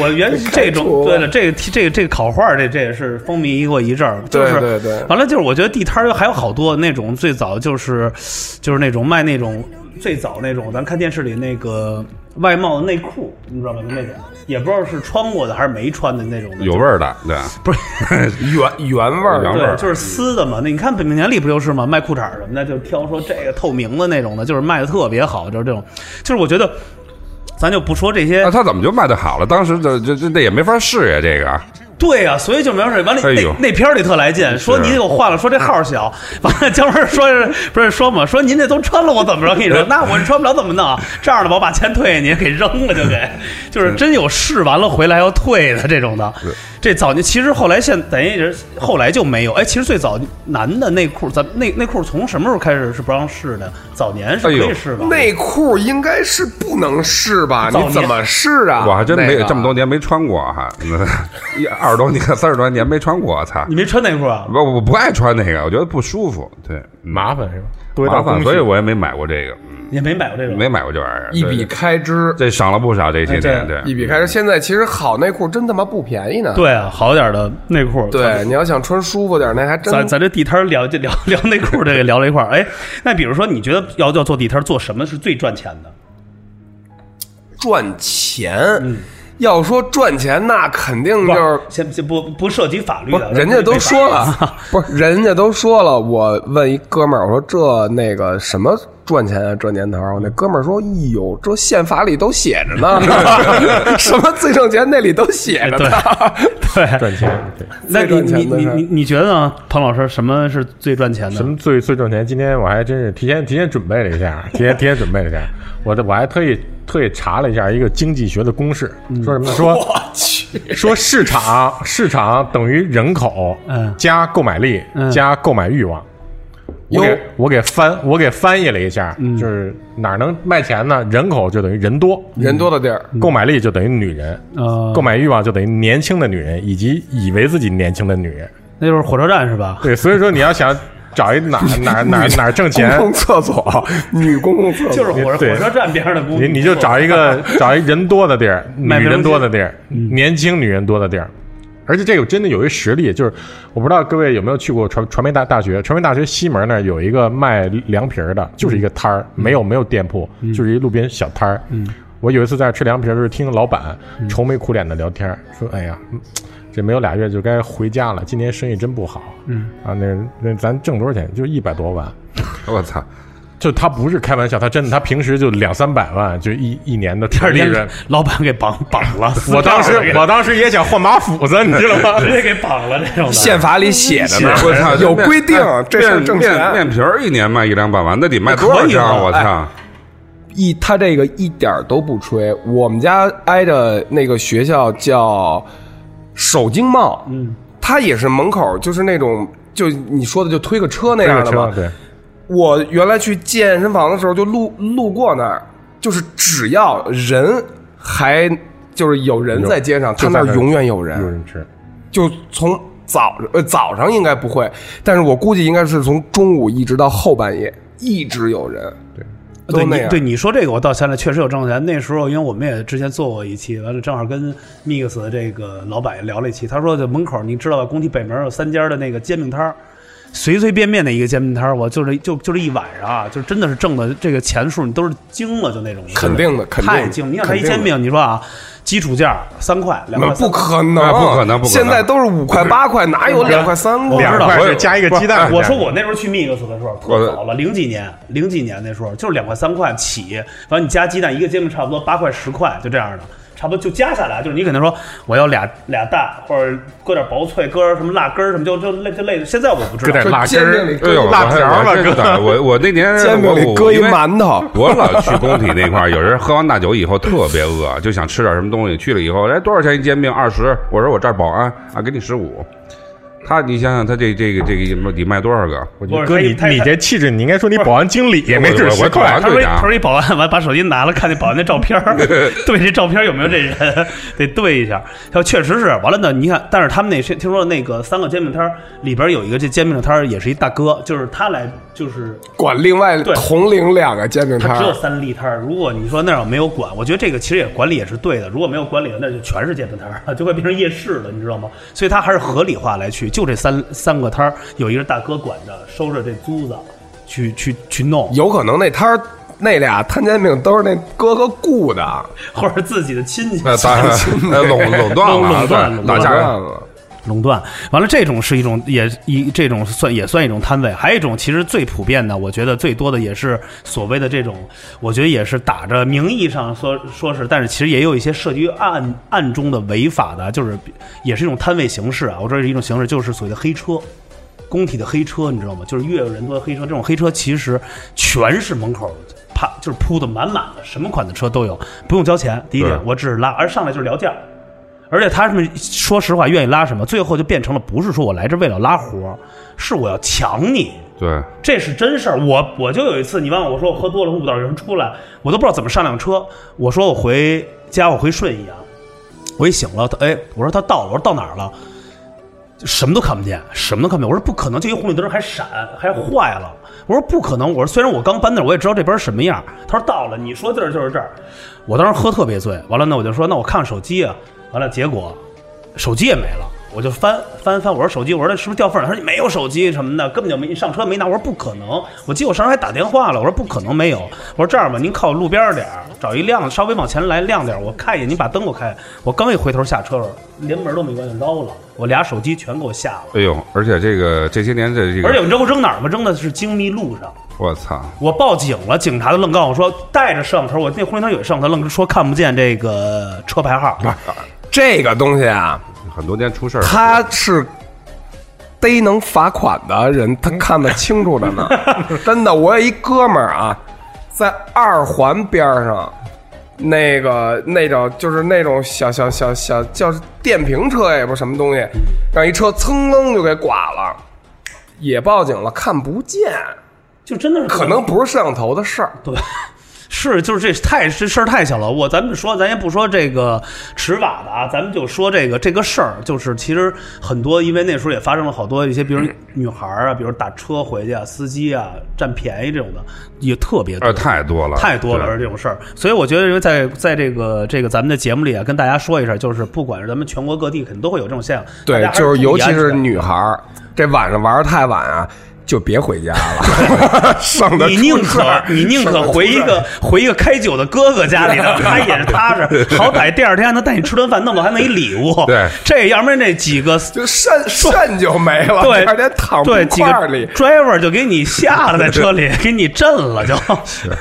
S2: 我原是这种， 对
S1: 啊
S2: 了，这个这个这个烤画儿，这这也是风靡过一阵儿，就是
S1: 对对对
S2: 完了就是我觉得地摊儿还有好多那种最早就是就是那种卖那种最早那种咱看电视里那个外贸内裤，你知道吗？就那种也不知道是穿过的还是没穿的那种的，
S3: 有味儿的， 对，
S2: 不是？
S1: 原原味儿
S3: 原味儿
S2: 对，就是丝的嘛。那你看本命年里不就是吗？卖裤衩儿什么的，就挑说这个透明的那种的，就是卖的特别好，就是这种，就是我觉得。咱就不说这
S1: 啊
S2: 些
S3: 那他怎么就卖的好了？当时这这这这也没法试呀，这个
S1: 啊
S2: 对呀、所以就没有水。完了，
S3: 哎
S2: 那
S3: 呦
S2: 那片儿里特来劲，说您给我换了，说这号小。 完了，姜文说 是不是说嘛，说您这都穿了，我怎么着？跟你
S3: 哎
S2: 说，那我穿不了怎么弄啊？这样的吧，我把钱退给您，给扔了就 给，就是真有试完了回来要退的这种的。这早年其实后来现等于是后来就没有。哎，其实最早男的内裤，咱们内内裤从什么时候开始是不让试的？早年是可
S3: 哎
S2: 以
S3: 呦
S2: 试的。
S1: 内裤应该是不能试吧？
S2: 早年
S1: 你怎么试啊？
S3: 我还真没
S1: 那个
S3: 这么多年没穿过，还一 二十多年、 三十多年没穿过，我操
S2: 你！没穿内裤啊？
S3: 不，我不爱穿那个，我觉得不舒服，对，
S6: 麻烦是吧？多一道
S3: 麻
S6: 工
S3: 烦，
S6: 序
S3: 所以我也没买过这个，嗯
S2: 也没买过这种。
S3: 没买过这玩意儿。
S1: 一
S3: 对
S1: 笔开支，
S3: 这省了不少，这些年，对，
S1: 一笔开支。现在其实好内裤真他妈不便宜呢。
S2: 对啊，好点儿的内裤。
S1: 对，你要想穿舒服点儿，那还
S2: 咱
S1: 真
S2: 咱这地摊儿聊聊 聊内裤这个聊了一块儿，哎，那比如说你觉得要要做地摊儿做什么是最赚钱的？
S1: 赚钱。要说赚钱，那肯定
S2: 不
S1: 就是
S2: 先先不不涉及法律啊
S1: 不
S2: 的，，
S1: 人家都说了，不是人家都说了。我问一哥们儿，我说这那个什么赚钱啊，赚年头儿？我那哥们儿说，哎呦，这宪法里都写着呢，什么最挣钱那里都写着呢。
S2: 对，
S6: 赚钱，对，
S2: 那
S1: 最赚
S2: 你你
S1: 钱的
S2: 你
S1: 事儿
S2: 你你觉得呢，彭老师什么是最赚钱的？
S6: 什么最最挣钱？今天我还真是提前提前准备了一下， 提前提前准备了一下，我这我还特意特意查了一下一个经济学的公式，
S2: 嗯
S6: 说什么呢？说说市场市场等于人口
S2: 嗯
S6: 加购买力
S2: 嗯
S6: 加购买欲望。我
S1: 哟
S6: 给我给翻我给翻译了一下，
S2: 嗯
S6: 就是哪儿能卖钱呢？人口就等于人多，
S1: 人多的地
S2: 嗯
S1: 儿，
S6: 购买力就等于女人，
S2: 呃，
S6: 购买欲望就等于年轻的女人以及以为自己年轻的女人。
S2: 那就是火车站是吧？
S6: 对，所以说你要想找一哪儿哪儿哪儿哪儿挣
S1: 公
S6: 钱，
S1: 共厕所，女公共厕所，
S2: 就是火
S6: 对
S2: 火车站边上的公
S6: 你你就找一个找一人多的地儿，女
S2: 卖冰
S6: 人
S2: 淇淋
S6: 多的地儿，年轻女人多的地儿。而且这个真的有一实例，就是我不知道各位有没有去过传传媒大大学？传媒大学西门那儿有一个卖凉皮儿的，就是一个摊儿，没有没有店铺，就是一路边小摊儿。我有一次在那儿吃凉皮儿的时候，听老板愁眉苦脸的聊天儿，说：“哎呀，嗯这没有俩月就该回家了，今年生意真不好。”嗯啊，那那咱挣多少钱？就一百多万。
S3: 我操！
S6: 就他不是开玩笑，他真的，他平时就两三百万，就一一年的
S2: 第二
S6: 纯利
S2: 天
S6: 润。
S2: 老板给绑绑了，
S6: 我当时
S2: 撕掉了给
S6: 我当时也想换把斧子，你知道 吗？
S2: 直接给绑了这种的。
S1: 宪法里写着呢
S3: 我操，，
S1: 有规定
S3: 哎，
S1: 这事儿挣
S3: 面面
S1: 钱。
S3: 面皮儿一年卖一两百万，那得卖多少
S2: 可以
S1: 啊
S3: 张？
S1: 哎
S2: 了
S3: 我操！
S1: 一他这个一点儿都不吹。我们家挨着那个学校叫首经贸，嗯，它也是门口就是那种。就你说的，就推个车那
S6: 这
S1: 样
S6: 个
S1: 的
S6: 车
S1: 嘛，
S6: 对，
S1: 我原来去健身房的时候，就路路过那儿，就是只要人还就是有人在街上，他
S6: 就在
S1: 那
S6: 那
S1: 儿
S6: 儿
S1: 永远有人，
S6: 有人吃。
S1: 就从早呃早上应该不会，但是我估计应该是从中午一直到后半夜，一直有人，对
S2: 啊对
S1: 都那
S2: 你
S1: 样
S2: 对你说这个，我到现在确实有挣钱。那时候，因为我们也之前做过一期，完了正好跟 Mix 的这个老板也聊了一期，他说就门口你知道吧，工体北门有三家的那个煎饼摊儿，随随便便的一个煎饼摊儿，我就这就就这一晚上啊，就真的是挣的这个钱数，你都是惊了，就那种
S1: 肯定的，肯定的
S2: 太惊。你想他
S1: 肯
S2: 一
S1: 定的
S2: 煎饼，你说啊，基础价三块两块
S1: 那
S2: 三块
S1: 不可能，
S3: 哎不可能不可能
S1: 现在都是五块八块，哪有两块三
S2: 我
S1: 块？
S2: 知
S6: 两
S2: 道
S6: 块
S3: 我
S6: 是加一个鸡蛋。
S2: 我说我那时候去 Mix 的时候特早了，零几年，零几年那时候就是两块三块起，完你加鸡蛋一个煎饼差不多八块十块，就这样的，差不多就加下来，就是你可能说我要俩俩蛋，或者搁点薄脆，搁点什么辣根儿什么，就就类就类似。现在我不知
S6: 搁
S2: 道
S6: 点，辣
S1: 就
S6: 根
S1: 煎饼里
S3: 哎
S1: 搁
S3: 呦，
S6: 辣
S3: 我还
S6: 条吧
S3: 我还真的，我我 那年
S1: 煎饼里搁一
S3: 馒。
S1: 馒头，
S3: 我老去工体那块儿，有人喝完大酒以后特别饿，就想吃点什么东西。去了以后，哎，多少钱一煎饼？二十。我说我这儿保安啊，给你十五。他，你想想，他这这个这个得卖多少个？
S2: 不
S6: 我哎觉
S2: 是
S6: 得哥，
S2: 他一
S6: 你
S2: 他一
S6: 你这气质，你应该说你保安经理，也没准
S3: 我
S6: 十
S3: 我我
S6: 块
S3: 我。
S2: 他说
S3: 对
S2: 一
S3: 的啊
S2: 他说一保安完把手机拿了，看那保安那照片 儿，对这照片儿有没有这人，得对一下。他说确实是完了呢。你看，但是他们那是听说那个三个煎饼摊儿里边有一个这煎饼摊儿也是一大哥，就是他来就是
S1: 管另外
S2: 对
S1: 同龄两个煎饼
S2: 它
S1: 摊
S2: 只有
S1: 儿，
S2: 三立摊儿。如果你说那儿没有管，我觉得这个其实也管理也是对的。如果没有管理，那就全是街头摊儿了，就会 变成夜市了，你知道吗？所以它还是合理化来去，就这三三个摊儿，有一个大哥管着，收着这租子，去去去弄，
S1: 有可能那摊儿那俩摊煎饼都是那哥哥雇的，
S2: 或者自己的亲戚
S3: 那 当然，那垄垄断了，啊
S2: 垄断垄断
S3: 打价格。
S2: 垄断。完了，这种是一种也一这种算也算一种摊位，还有一种其实最普遍的，我觉得最多的也是所谓的这种，我觉得也是打着名义上说说是，但是其实也有一些涉及暗暗中的违法的，就是也是一种摊位形式啊。我这是一种形式，就是所谓的黑车。工体的黑车，你知道吗？就是越有人多的黑车，这种黑车其实全是门口啪就是铺的满满的，什么款的车都有，不用交钱。第一点
S3: 对，
S2: 我只是拉，而上来就是聊价儿，而且他们说实话愿意拉什么，最后就变成了不是说我来这为了拉活儿，是我要抢你。
S3: 对，
S2: 这是真事儿，我我就有一次，你忘了我说我喝多了，从五道营出来，我都不知道怎么上辆车。我说我回家，我回顺义啊，我一醒了，他哎，我说他到了，我说到哪儿了？什么都看不见，什么都看不见。我说不可能，就一红绿灯还闪还坏了。我说不可能，我说虽然我刚搬那儿，我也知道这边什么样。他说到了，你说这儿就是这儿。我当时喝特别醉，完了呢我就说那我看看手机啊，完了结果手机也没了。我就翻翻翻，我说手机，我说这是不是掉缝儿了？他说你没有手机什么的，根本就没你上车没拿。我说不可能，我记得我上车还打电话了，我说不可能没有。我说这样吧，您靠路边儿点儿找一亮，稍微往前来亮点儿，我看一眼，您把灯给我开。我刚一回头下车了，连门都没关就捞了，我俩手机全给我下了。
S3: 哎呦，而且这个这些年这这
S2: 而且
S3: 个，
S2: 你知道我扔哪儿吗？扔的是精密路上。
S3: 我操，
S2: 我报警了，警察就愣告诉我说带着摄像头，我那红绿灯有摄像头，愣说看不见这个车牌号。
S1: 这个东西啊，
S3: 啊很多年出事儿了，
S1: 他是逮能罚款的人，他看得清楚着 呢。真的，我有一哥们儿啊，在二环边儿上，那个那种就是那种小小小小叫电瓶车也不是什么东西，让一车蹭楞就给剐了，也报警了，看不见，
S2: 就真的是
S1: 可能不是摄像头的事儿。
S2: 对，是就是这太这事儿太小了。我咱们说，咱也不说这个尺瓦的啊，咱们就说这个这个事儿，就是其实很多，因为那时候也发生了好多一些，比
S1: 嗯
S2: 如女孩儿啊，比如打车回去啊，司机啊占便宜这种的也特别多。
S1: 啊
S3: 呃，太多了，
S2: 太多了，
S3: 对
S2: 是这种事儿，所以我觉得，因为在在这个这个咱们的节目里啊，跟大家说一声，就是不管是咱们全国各地，肯定都会有这种现象。
S1: 对
S2: 大家，还
S1: 就是尤
S2: 注
S1: 其
S2: 意安
S1: 是
S2: 全啊
S1: 女孩儿，这晚上玩儿太晚啊，就别回 家了， 省得
S2: 你
S1: 出
S2: 宁
S1: 事
S2: 可
S1: 儿
S2: 你宁可回一个回一个开酒的哥哥家里头，他也是踏实，好歹第二天还能带你吃顿饭，弄了还能一礼物。
S3: 对
S2: 这要不然这几个
S1: 就肾肾就没了，
S2: 对
S1: 第二天躺木
S2: 对几
S1: 块
S2: 个
S1: 儿里。
S2: driver 就给你吓了，在车里给你震了就。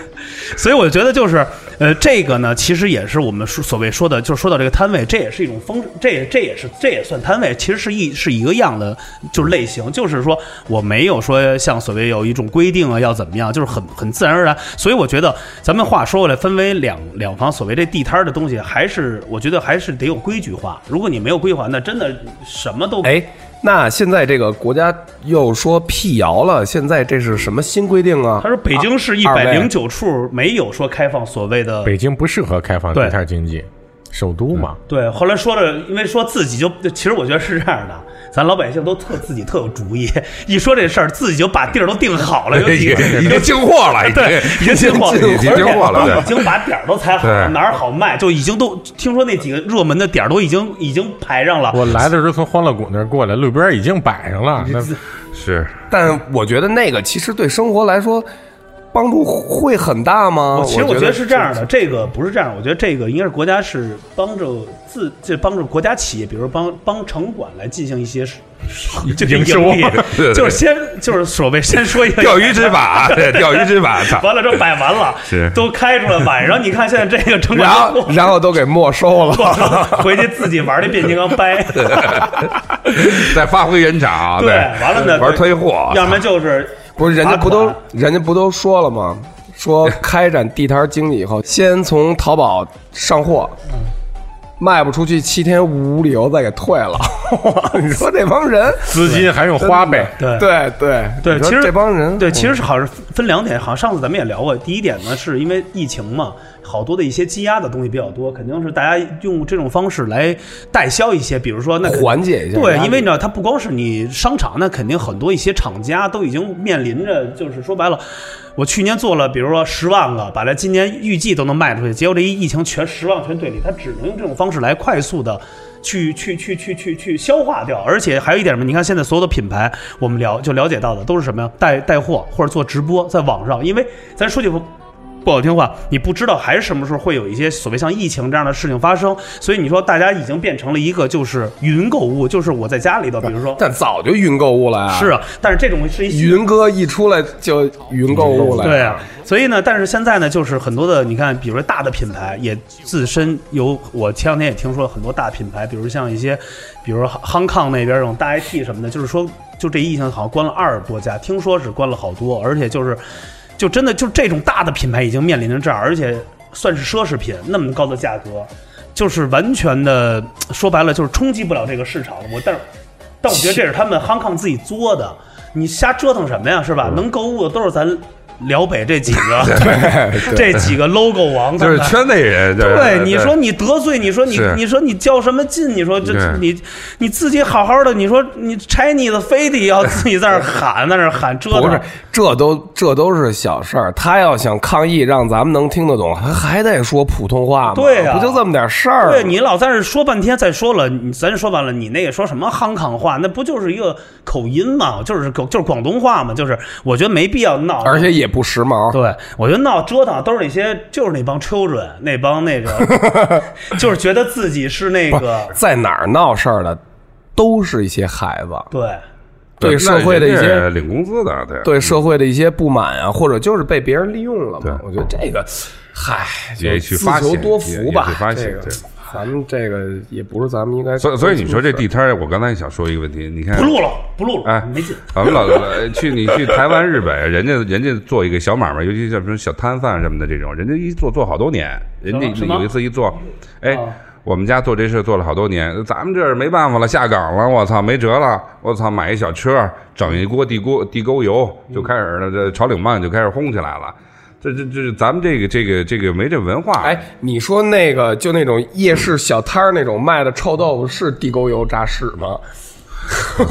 S2: 所以我觉得就是，呃，这个呢，其实也是我们说所谓说的，就是说到这个摊位，这也是一种风，这也这也是这也算摊位，其实是一是一个样的，就是类型，就是说我没有说像所谓有一种规定啊，要怎么样，就是很很自然而然。所以我觉得咱们话说回来，分为两两方，所谓这地摊儿的东西，还是我觉得还是得有规矩化。如果你没有规划，那真的什么都
S1: 哎，那现在这个国家又说辟谣了，现在这是什么新规定啊？
S2: 他说北京市一
S1: 二
S2: 百
S1: 位
S2: 零九处没有说开放所谓的
S6: 北京不适合开放
S2: 对
S6: 地摊经济，首都嘛。
S2: 对，后来说了，因为说自己就，其实我觉得是这样的，咱老百姓都特自己特有主意，一说这事儿自己就把地儿都定好了，有
S3: 已
S2: 几个
S3: 经已经进货了，已经
S2: 对，已经进货了，
S3: 已经进货了，
S2: 而且
S3: 对
S2: 已。经把点儿都踩好了，
S3: 对
S2: 哪儿好卖就已经都听说那几个热门的点儿都已经已经排上了。
S6: 我来的时候从欢乐谷那儿过来，路边已经摆上 了，那
S3: 是，
S1: 但我觉得那个其实对生活来说帮助会很大吗？
S2: 其实
S1: 啊我
S2: 我觉得是这样
S1: 的，
S2: 的，这个不是这样，我觉得这个应该是国家是帮着自，这帮着国家企业，比如帮帮城管来进行一些是这个
S6: 营收
S2: 盈利
S3: 对对，
S2: 就是先就是所谓先说一个
S3: 钓鱼执法， 对，钓鱼执法，操！
S2: 完了之后摆完了，
S3: 是
S2: 都开出来。晚上你看现在这个城管
S1: 然
S2: 都
S1: 后 然后都给没 收了。
S2: 回去自己玩那变形金刚掰，
S3: 再发挥原厂，啊
S2: 对完了呢
S3: 玩退货，啊
S2: 要么就是
S1: 不是人家不都
S2: 罚款
S1: 人家不都说了吗？说开展地摊经济以后，先从淘宝上货，
S2: 嗯
S1: 卖不出去七天无理由再给退了。 你说这帮人，
S6: 资金还用花呗。
S2: 对
S1: 对对
S2: 对，
S1: 你
S2: 其
S1: 说
S2: 实
S1: 这帮人嗯
S2: 对，其实好像是分两点，好像上次咱们也聊过。第一点呢，是因为疫情嘛，好多的一些积压的东西比较多，肯定是大家用这种方式来代销一些，比如说那
S1: 缓解一下
S2: 对
S1: 压，力
S2: 因为你知道，它不光是你商场，那肯定很多一些厂家都已经面临着，就是说白了。我去年做了，比如说十万个，本来今年预计都能卖出去，结果这一疫情全十万全对立，它只能用这种方式来快速的去去去去去去消化掉。而且还有一点什么？你看现在所有的品牌，我们了就了解到的都是什么呀？带带货或者做直播，在网上，因为咱说句不。不好听话，你不知道还是什么时候会有一些所谓像疫情这样的事情发生，所以你说大家已经变成了一个就是云购物，就是我在家里头，比如说
S1: 但早就云购物了呀。
S2: 是，啊，但是这种是一
S1: 云哥一出来就云购物了。
S2: 对啊，所以呢，但是现在呢，就是很多的，你看，比如说大的品牌也自身有，我前两天也听说很多大品牌，比如像一些，比如说 Hong Kong 那边这种大 IP 什么的，就是说，就这疫情好像关了二十多家，听说是关了好多，而且就是，就真的就这种大的品牌已经面临着这样，而且算是奢侈品那么高的价格，就是完全的说白了就是冲击不了这个市场。我但是但我觉得这是他们 Hong Kong 自己作的，你瞎折腾什么呀，是吧？能购物的都是咱辽北这几个这几个 logo 王，
S3: 就是
S2: 他们
S3: 圈内人。就是
S2: 对，你说你得罪，你说你
S3: 是，
S2: 你说你较什么劲？你说这
S3: 对
S2: 你你自己好好的，你说你 Chinese 非得要自己在那儿喊，在那儿喊折
S1: 不
S2: 腾
S1: 是，，这都这都是小事儿。他要想抗议，让咱们能听得懂，他还得说普通话吗？
S2: 对呀
S1: 不就这么点事儿吗？
S2: 对你老在这说半天，再说了，你咱说完了，你那个说什么汉康话，那不就是一个口音嘛，就是口就是广东话嘛，就是我觉得没必要闹，
S1: 而且也不时髦。
S2: 对，我觉得闹折腾都是那些，就是那帮 children，那帮那个， 就是觉得自己是那个，
S1: 在哪儿闹事儿的，都是一些孩子，
S2: 对
S1: 对社会的一
S3: 那人家
S1: 些
S3: 是领工资的，对
S1: 对社会的一些不满啊，或者就是被别人利用了嘛。
S3: 嗯对
S1: 我觉得这个，嗨，
S3: 也
S1: 就
S3: 去
S1: 自
S3: 发
S1: 求
S3: 泄
S1: 多
S3: 也
S1: 福
S3: 也
S1: 吧
S3: 去。发
S1: 这
S3: 泄
S1: 个
S3: 对
S1: 咱们这个也不是咱们应该。
S3: 所以所以你说这地摊儿，我刚才想说一个问题，你看
S2: 不录了，不录了，
S3: 哎
S2: 没劲。
S3: 咱们老老去你去台湾、日本，人家人家做一个小买卖，尤其像什么小摊贩什么的这种，人家一做做好多年，人家
S2: 什么啊
S3: 有一次一做，哎。我们家做这事做了好多年，咱们这儿没办法了，下岗了，我操，没辙了，我操，买一小车，整一锅地锅地沟油，
S2: 嗯
S3: 就开始了，这炒领棒就开始烘起来了，这这这，咱们这个这个这个没这文化，
S1: 哎，你说那个就那种夜市小摊儿那种卖的臭豆腐是地沟油炸屎吗？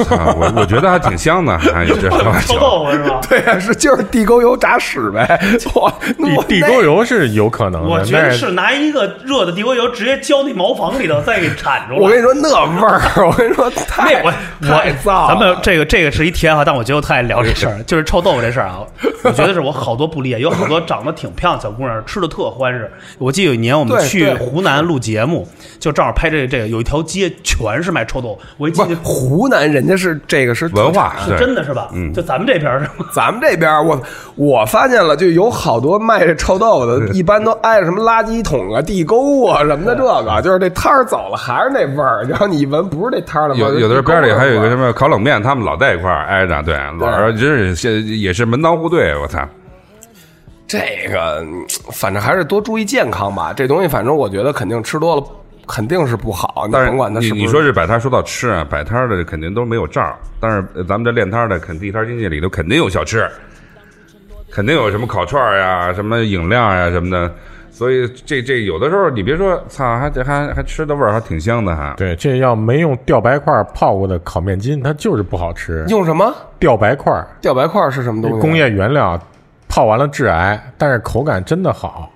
S3: 操，我我觉得还挺 香的，哎，这
S2: 臭豆腐是吧？
S1: 对呀、是就是地沟油炸屎 呗。哇，那我
S6: 地地沟油是有可能的，
S2: 我觉得
S6: 但
S2: 是拿一个热的地沟油直接浇那茅房里头，再给铲出
S1: 那，我
S2: 来。
S1: 跟你说那味儿，我跟你说 太
S2: 那我
S1: 太
S2: 我
S1: 燥了。
S2: 咱们这个这个是一题外话，但我觉得我特爱聊这事 儿，就是臭豆腐这事儿啊。我觉得是我好多不理解，有好多长得挺漂亮的小姑娘，吃的特欢实。我记得有一年我们
S1: 对
S2: 去
S1: 对
S2: 湖南录节目，就正好拍这个这个，有一条街全是卖臭豆腐。我一进去
S1: 不，湖南人家是这个是
S3: 文，化
S2: 是
S3: 对
S2: 真的是吧？
S1: 嗯
S2: 就咱们这边儿是吗？
S1: 咱们这边儿我我发现了，就有好多卖这臭豆腐的，一般都挨着什么垃圾桶啊、地沟啊什么的，这个就是这摊儿走了还是那味儿，然后你一闻不是这摊儿的味儿，
S3: 有
S1: 是
S3: 有的时
S1: 地
S3: 候
S1: 沟
S3: 边儿里
S1: 的
S3: 还有一
S1: 味
S3: 个
S1: 儿
S3: 什么烤冷面，他们老在一块儿挨着，对，老是真是也是门当户对，我操，
S1: 这个，嗯反正还是多注意健康吧。这东西，反正我觉得肯定吃多了肯定是不好，你
S3: 但是
S1: 甭管它
S3: 你
S1: 是不
S3: 你说是摆摊儿，说到吃啊，摆摊儿的肯定都没有账儿，但是呃咱们这练摊儿的，肯地摊儿经济里头肯定有小吃，肯定有什么烤串儿呀、什么饮料呀、什么的，所以这这有的时候你别说，操，还还还吃的味儿还挺香的哈。
S6: 对这要没用吊白块泡过的烤面筋，它就是不好吃。
S1: 用什么
S6: 吊白块
S1: 吊白块是什么东西？
S6: 工业原料泡完了致癌，但是口感真的好。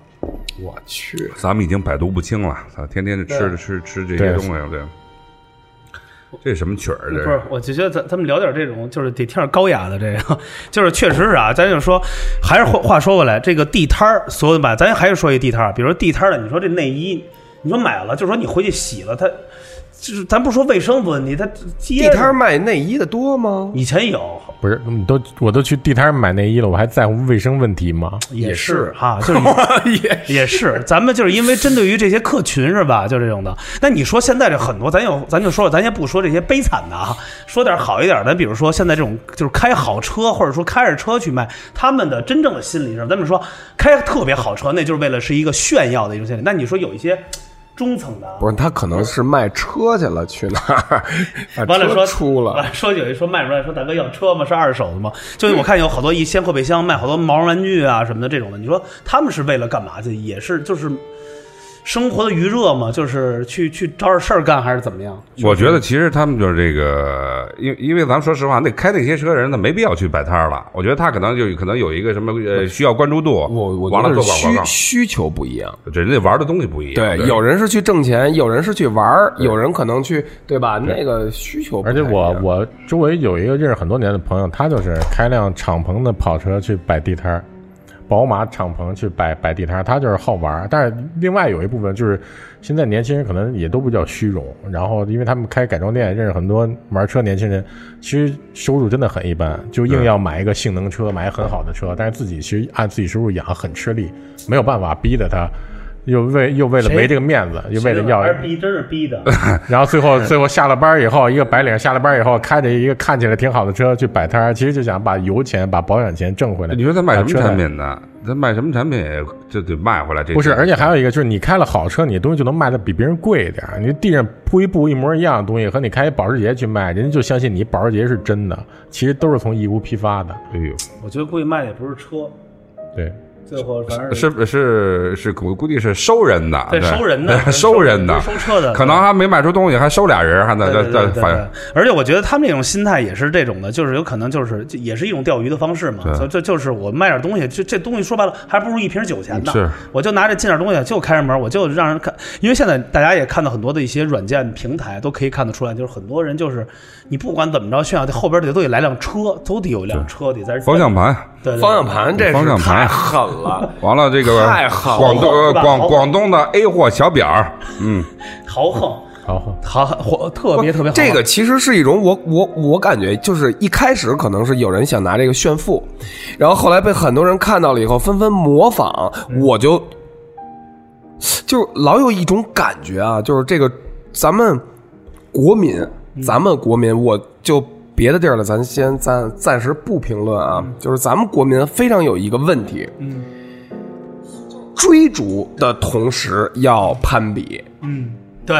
S1: 我去，
S3: 咱们已经百毒不侵了，操，天天就吃吃吃这些
S6: 对
S3: 东西，对。这什么曲儿？啊这
S2: 不是，我就觉得咱咱们聊点这种，就是得听点高雅的这个， 就是确实是啊，咱就说，还是话话说回来，这个地摊儿，所有的吧，咱还是说一地摊儿，啊比如说地摊儿的，你说这内衣，你说买了，就说你回去洗了，它就是咱不说卫生问题，它地
S1: 地摊儿卖内衣的多吗？
S2: 以前有，
S6: 不是，你都我都去地摊儿买内衣了，我还在乎卫生问题吗？
S2: 也
S1: 是
S2: 哈， 就是也也是，咱们就是因为针对于这些客群是吧，就这种的。那你说现在这很多，咱有咱就说，咱先不说这些悲惨的啊，说点好一点的，比如说现在这种就是开好车或者说开着车去卖，他们的真正的心理是什么，咱们说开特别好车，那就是为了是一个炫耀的一种心理。那你说有一些中层的啊，
S1: 不是，他可能是卖车去了，去那儿把
S2: 啊完了
S1: 车
S2: 说
S1: 出
S2: 完
S1: 了。
S2: 了说有人说卖出来说大哥要车吗？是二手的吗？就是我看有好多一掀后备箱卖好多毛绒玩具啊什么的这种的，你说他们是为了干嘛去？也是就是生活的余热嘛，就是去去找点事儿干还是怎么样？
S3: 我觉得其实他们就是这个，因因为咱们说实话，那开那些车的人，他没必要去摆摊儿了。我觉得他可能就可能有一个什么呃需要关注度，
S1: 我我
S3: 完
S1: 觉
S3: 了
S1: 得
S3: 做
S1: 是
S3: 广
S1: 需
S3: 告，
S1: 需求不一样。
S3: 这人家玩的东西不一样。
S1: 对，有人是去挣钱，有人是去玩儿，有人可能去，对吧？那个需求不
S6: 而
S1: 太一
S6: 且
S1: 样，
S6: 我我周围有一个认识很多年的朋友，他就是开辆敞篷的跑车去摆地摊儿，宝马敞篷去摆摆地摊儿，他就是好玩儿。但是另外有一部分就是现在年轻人可能也都比较虚荣，然后因为他们开改装店，认识很多玩车年轻人，其实收入真的很一般，就硬要买一个性能车，买一个很好的车，但是自己其实按自己收入养很吃力，没有办法逼得他。又为又为了没这个面子，又为了要
S2: 还是逼，真是逼 的。
S6: 然后最后最后下了班以后，一个白领下了班以后，开着一个看起来挺好的车去摆摊儿，其实就想把油钱、把保险钱挣回来。
S3: 你说他卖什
S6: 把
S3: 么
S6: 车
S3: 产
S6: 卖？
S3: 品呢？他卖什么产品就得卖回来。这
S6: 不是，而且还
S3: 有
S6: 有一个就是，你开了好车，你东西就能卖的比别人贵一点儿。你地上铺一布一模一样的东西，和你开一保时捷去卖，人家就相信你保时捷是真的，其实都是从义乌批发的。
S3: 哎呦，
S2: 我觉得估计卖的也不是车，
S6: 对，
S2: 最后反正
S3: 是是是，估估计是收人的，
S2: 对收人的
S3: 收人的，
S2: 收车的
S3: 可能还没卖出东西，还收俩人，还呃在
S2: 对
S3: 在
S2: 对对
S3: 在
S2: 对
S3: 反，
S2: 而且我觉得他们那种心态也是这种的，就是有可能就是就也是一种钓鱼的方式嘛。所以这就是我卖点东西，这这东西说白了还不如一瓶酒钱呢。
S3: 是，
S2: 我就拿着进点东西，就开着门，我就让人看，因为现在大家也看到很多的一些软件平台都可以看得出来，就是很多人就是你不管怎么着炫耀，得后边得都得来辆车，都得有一辆车得在
S3: 方向盘。
S2: 对对对
S1: 方向盘这
S3: 方
S1: 是
S3: 向盘
S1: 太狠了。
S3: 完了，这个
S1: 太狠了
S3: 广东呃
S2: 是吧
S3: 广
S2: 好
S3: 广东的 A 货小表儿，嗯，
S2: 豪横，
S6: 好，
S2: 豪
S6: 好
S2: 火特
S1: 不
S2: 别特别豪
S1: 这个其实是一种我我我感觉就是一开始可能是有人想拿这个炫富，然后后来被很多人看到了以后纷纷模仿，
S2: 嗯
S1: 我就就老有一种感觉啊，就是这个咱们国民，
S2: 嗯
S1: 咱们国民，我就别的地儿了，咱先暂暂时不评论啊，就是咱们国民非常有一个问题，
S2: 嗯
S1: 追逐的同时要攀比，
S2: 嗯，对。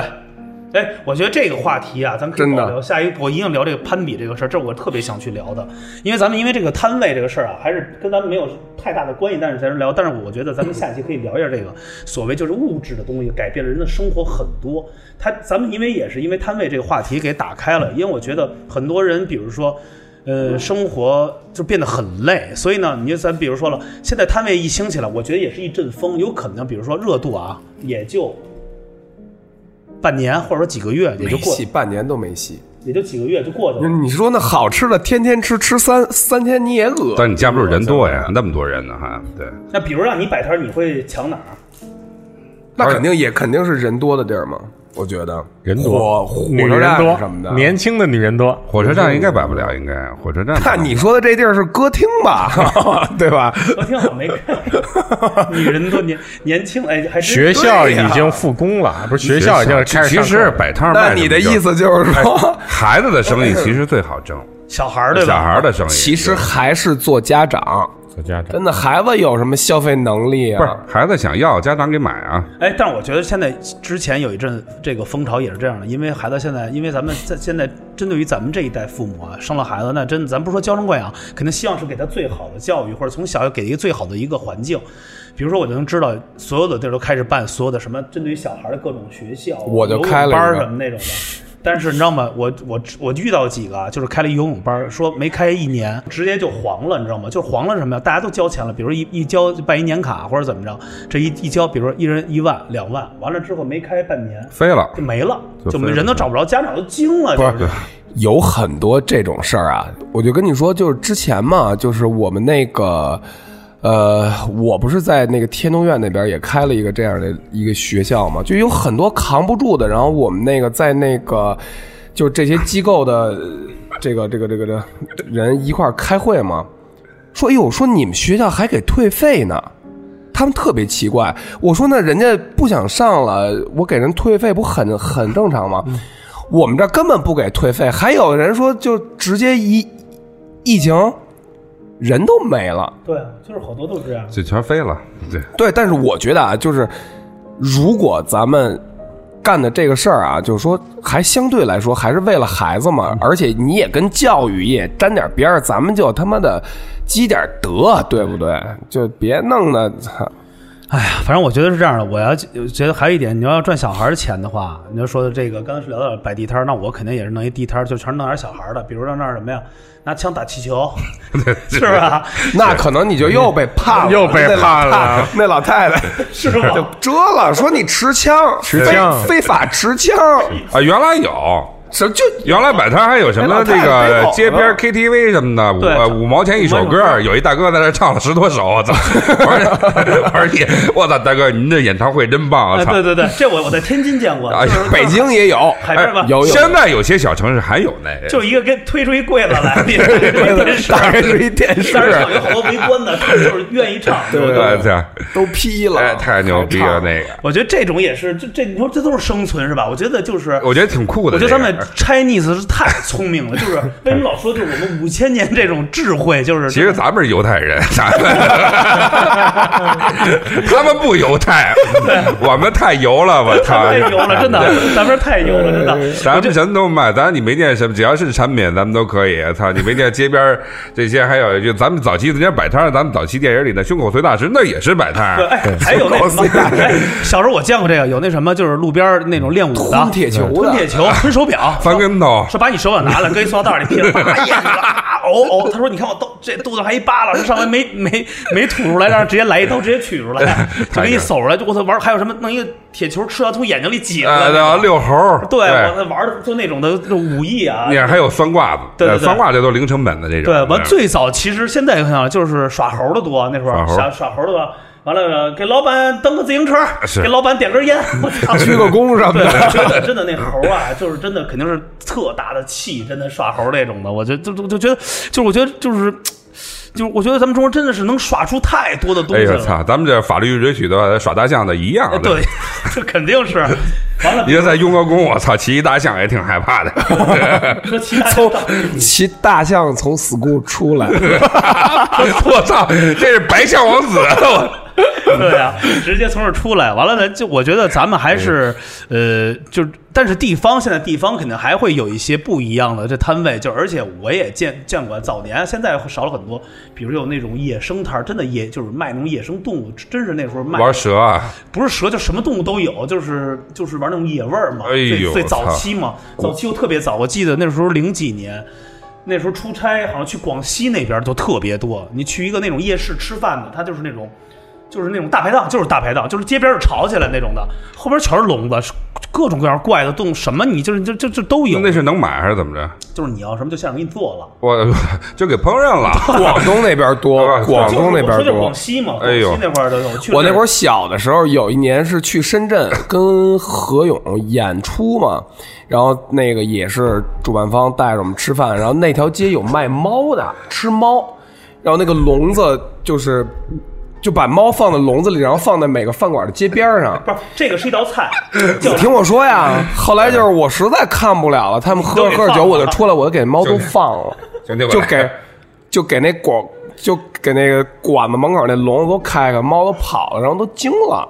S2: 哎，我觉得这个话题啊，咱们可以
S1: 真的
S2: 保留下一，我一定聊这个攀比这个事儿，这是我特别想去聊的，因为咱们因为这个摊位这个事儿啊，还是跟咱们没有太大的关系，但是咱们聊，但是我觉得咱们下期可以聊一下这个所谓就是物质的东西改变了人的生活很多。他咱们因为也是因为摊位这个话题给打开了，因为我觉得很多人，比如说。呃，生活就变得很累，所以呢，你就咱比如说了，现在摊位一兴起来，我觉得也是一阵风，有可能，比如说热度啊，也就半年或者说几个月，也
S1: 没
S2: 就过
S1: 戏，半年都没戏。
S2: 也就几个月就过去了。
S1: 你说那好吃的，天天吃吃三三天你也饿。
S3: 但你架不住人多呀，那么多人呢，还对，
S2: 那比如让你摆摊儿，你会抢哪儿？
S1: 那肯定也肯定是人多的地儿嘛，我觉得
S6: 人多，
S1: 火火
S6: 女
S1: 车
S6: 人
S1: 站什么
S6: 多，
S1: 的。哎
S6: 年轻的女人多，
S3: 火车站应该摆不了，应该火车站摆不了。
S1: 那你说的这地儿是歌厅 吧，对吧？
S2: 我挺好没看， 女人多年年轻，哎，还真
S6: 学校已经复工了，不是学校已经开始
S3: 其
S6: 上课
S3: 实
S6: 了
S3: 摆摊儿
S1: 那
S3: 哎卖什么
S1: 你的
S3: 就
S1: 意思就是说，
S3: 孩子的生意其实最好挣，
S2: 小孩儿对吧？
S3: 小孩儿的生意
S1: 其实还是做家长，
S6: 做家长
S1: 真的孩子有什么消费能力
S3: 不是
S1: 啊？
S3: 孩子想要，家长给买啊。
S2: 哎，但是我觉得现在之前有一阵这个风潮也是这样的，因为孩子现在，因为咱们在现在针对于咱们这一代父母啊，生了孩子，那真的咱不说娇生惯养，肯定希望是给他最好的教育，或者从小要给一个最好的一个环境。比如说，我就能知道所有的地儿都开始办所有的什么针对于小孩的各种学校，
S1: 我就开了
S2: 游泳
S1: 一个
S2: 班儿什么那种的。但是你知道吗？我我我遇到几个啊，就是开了一游泳班儿，说没开一年，直接就黄了，你知道吗？就黄了什么呀？大家都交钱了，比如一一交办一年卡或者怎么着，这一一交，比如说一人一万、两万，完了之后没开半年
S3: 飞了，
S2: 就没了，
S3: 就
S2: 就
S3: 非
S2: 没人都找不着，家长都惊了，
S1: 不
S2: 就是
S1: 是有很多这种事儿啊，我就跟你说，就是之前嘛，就是我们那个，呃，我不是在那个天通苑那边也开了一个这样的一个学校嘛，就有很多扛不住的，然后我们那个在那个，就这些机构的呃这个这个这个这个人一块儿开会嘛，说，哎呦，说你们学校还给退费呢。他们特别奇怪，我说那人家不想上了，我给人退费不很很正常吗？我们这儿根本不给退费，还有人说就直接疫疫情人都没了。
S2: 对，啊就是好多都这样。
S3: 这全飞了。对，
S1: 对，但是我觉得啊，就是如果咱们干的这个事儿啊，就是说还相对来说还是为了孩子
S6: 嗯
S1: 嘛，而且你也跟教育也沾点边儿，咱们就他妈的积点德，对不对？
S6: 嗯
S1: 就别弄的，
S2: 哎呀，反正我觉得是这样的。我要觉得还有一点，你要要赚小孩儿钱的话，你要说的这个，刚才是聊到了摆地摊儿，那我肯定也是弄一地摊儿，就全是弄点小孩儿的，比如让那儿什么呀，拿枪打气球， 是吧？
S1: 那可能你就又被判了，
S6: 又被
S1: 那老
S6: 判了
S1: 太那老太太
S2: 是吧？
S1: 就遮了，说你持枪，
S6: 持
S1: 非
S6: 枪
S1: 非法持枪，
S3: 啊，原来有，
S1: 什么就
S3: 原来摆摊还有什么
S1: 那
S3: 这
S1: 太飞
S3: 个
S1: 跑
S3: 街边
S1: 了
S3: KTV 什么的，五
S2: 对
S3: 呃五毛钱一首
S2: 五毛
S3: 歌，有一大哥在那唱了十多首，我操！ 我说我说你，我操，大哥，您这演唱会真棒，我
S2: 哎，
S3: 啊操！
S2: 对对对，这我我在天津见过，
S3: 哎
S2: 就是
S1: 北京也有，哎
S2: 海边吧，
S1: 有有
S3: 现在有些小城市还有那，
S2: 就一个跟推出一柜子 来，里面是一电视，
S1: 大概是一电视
S2: 但
S1: 啊
S2: 是有好多围观的，就是愿意唱，对
S1: 对
S3: 对对，
S1: 都批了，
S3: 哎，太牛逼了
S2: 啊
S1: 还唱
S3: 那个，
S2: 我觉得这种也是，这这你说这都是生存是吧？我觉得就是，
S3: 我觉得挺酷的。
S2: 我觉得
S3: 这
S2: 咱们
S3: 个
S2: Chinese 是太聪明了，就是为什么老说就是我们五千年这种智慧，就是
S3: 其实咱们是犹太人，咱 们他们不犹太，我们太油了，我操！
S2: 太油了，真的，咱们这太油了，真的。
S3: 咱们什么都卖，咱你没念什么，只要是产品，咱们都可以。操，你没念街边儿这些，还有就咱们早期人家摆摊儿，咱们早期电影里的胸口碎大石，那也是摆摊儿。
S2: 哎，还有 那什么，
S3: 啊
S2: 哎，小时候我见过这个，有那什么，就是路边儿那种练武的，
S1: 吞铁球的
S2: 吞铁 球，吞手表，
S3: 翻跟头
S2: 说把你手表拿了，搁一塑料袋里噼里啪啦咽下去了，啊哦哦，他说你看我肚这肚子还一疤了，这上回没没没吐出来，让人直接来一刀直接取出
S3: 哎
S2: 来，就给你搜出来，就我操玩儿还有什么弄一个铁球吃完从眼睛里挤出来
S3: 呃，
S2: 那
S3: 那
S2: 种，
S3: 遛猴儿，
S2: 对
S3: 对
S2: 我玩儿的就那种的这种武艺啊
S3: 你，看还有酸挂子，
S2: 对对
S3: 呃
S2: 对
S3: 酸挂这都零成本的这种。嗯
S2: 对，
S1: 嗯
S2: 完最早其实现在想想就是耍猴的多，那时候
S3: 耍猴
S2: 耍耍猴的多。完了，呃给老板蹬个自行车，
S3: 是
S2: 给老板点根 烟，我操，
S1: 啊鞠个躬什么
S2: 对
S1: 的。，
S2: 真的真的那猴啊，就是真的肯定是特大的气，真的耍猴那种的，我觉得就就就觉得，就是我觉得就是。就是我觉得咱们中国真的是能耍出太多的东
S3: 哎
S2: 西
S3: 呦
S2: 了，
S3: 操！咱们这法律允许的话，耍大象的一样
S2: 哎
S3: 的。
S2: 对， 这肯定是。完了
S3: 你，说在雍和宫，我操，骑一大象也挺害怕的。
S2: 说其他
S1: 从骑大象从 school 出 来，
S3: 我操，这是白象王子。我
S2: 对呀、直接从这儿出来。完了呢，就我觉得咱们还是呃，就是但是地方现在地方肯定还会有一些不一样的这摊位，就而且我也见见过，早年现在少了很多，比如有那种野生摊儿，真的野就是卖那种野生动物，真是那时候卖
S3: 玩蛇啊，
S2: 不是蛇，就什么动物都有，就是就是玩那种野味儿嘛。
S3: 哎呦
S2: 最最
S3: 操
S2: 早期嘛，早期又特别早。我记得那时候零几年，那时候出差好像去广西那边都特别多。你去一个那种夜市吃饭的，它就是那种。就是那种大排档，就是大排档，就是街边儿吵起来那种的，后边全是笼子，各种各样怪的动物，什么你就是就就就都有。
S3: 那是能买还是怎么着？
S2: 就是你要什么就现场给你做了。
S3: 我 就给烹饪了。
S1: 广 东那边多，广东那
S2: 就是我
S1: 边
S2: 说就是
S1: 多
S2: 广。西嘛，
S3: 哎
S2: 广
S3: 呦
S2: 西那块儿都有。去
S1: 我那
S2: 那
S1: 会儿小的时候，有一年是去深圳跟何勇演出嘛，然后那个也是主办方带着我们吃饭，然后那条街有卖猫的，吃猫，然后那个笼子就是就把猫放在笼子里，然后放在每个饭馆的街边儿上。
S2: 不是这个是一道 菜，叫
S1: 你听我说呀，后来就是我实在看不了了，他们喝着喝着酒，我就出来，我就给猫都放了，
S3: 兄弟们
S1: 就给就给那管就给那个馆子门口那笼子都开开，猫都跑了，然后都惊了，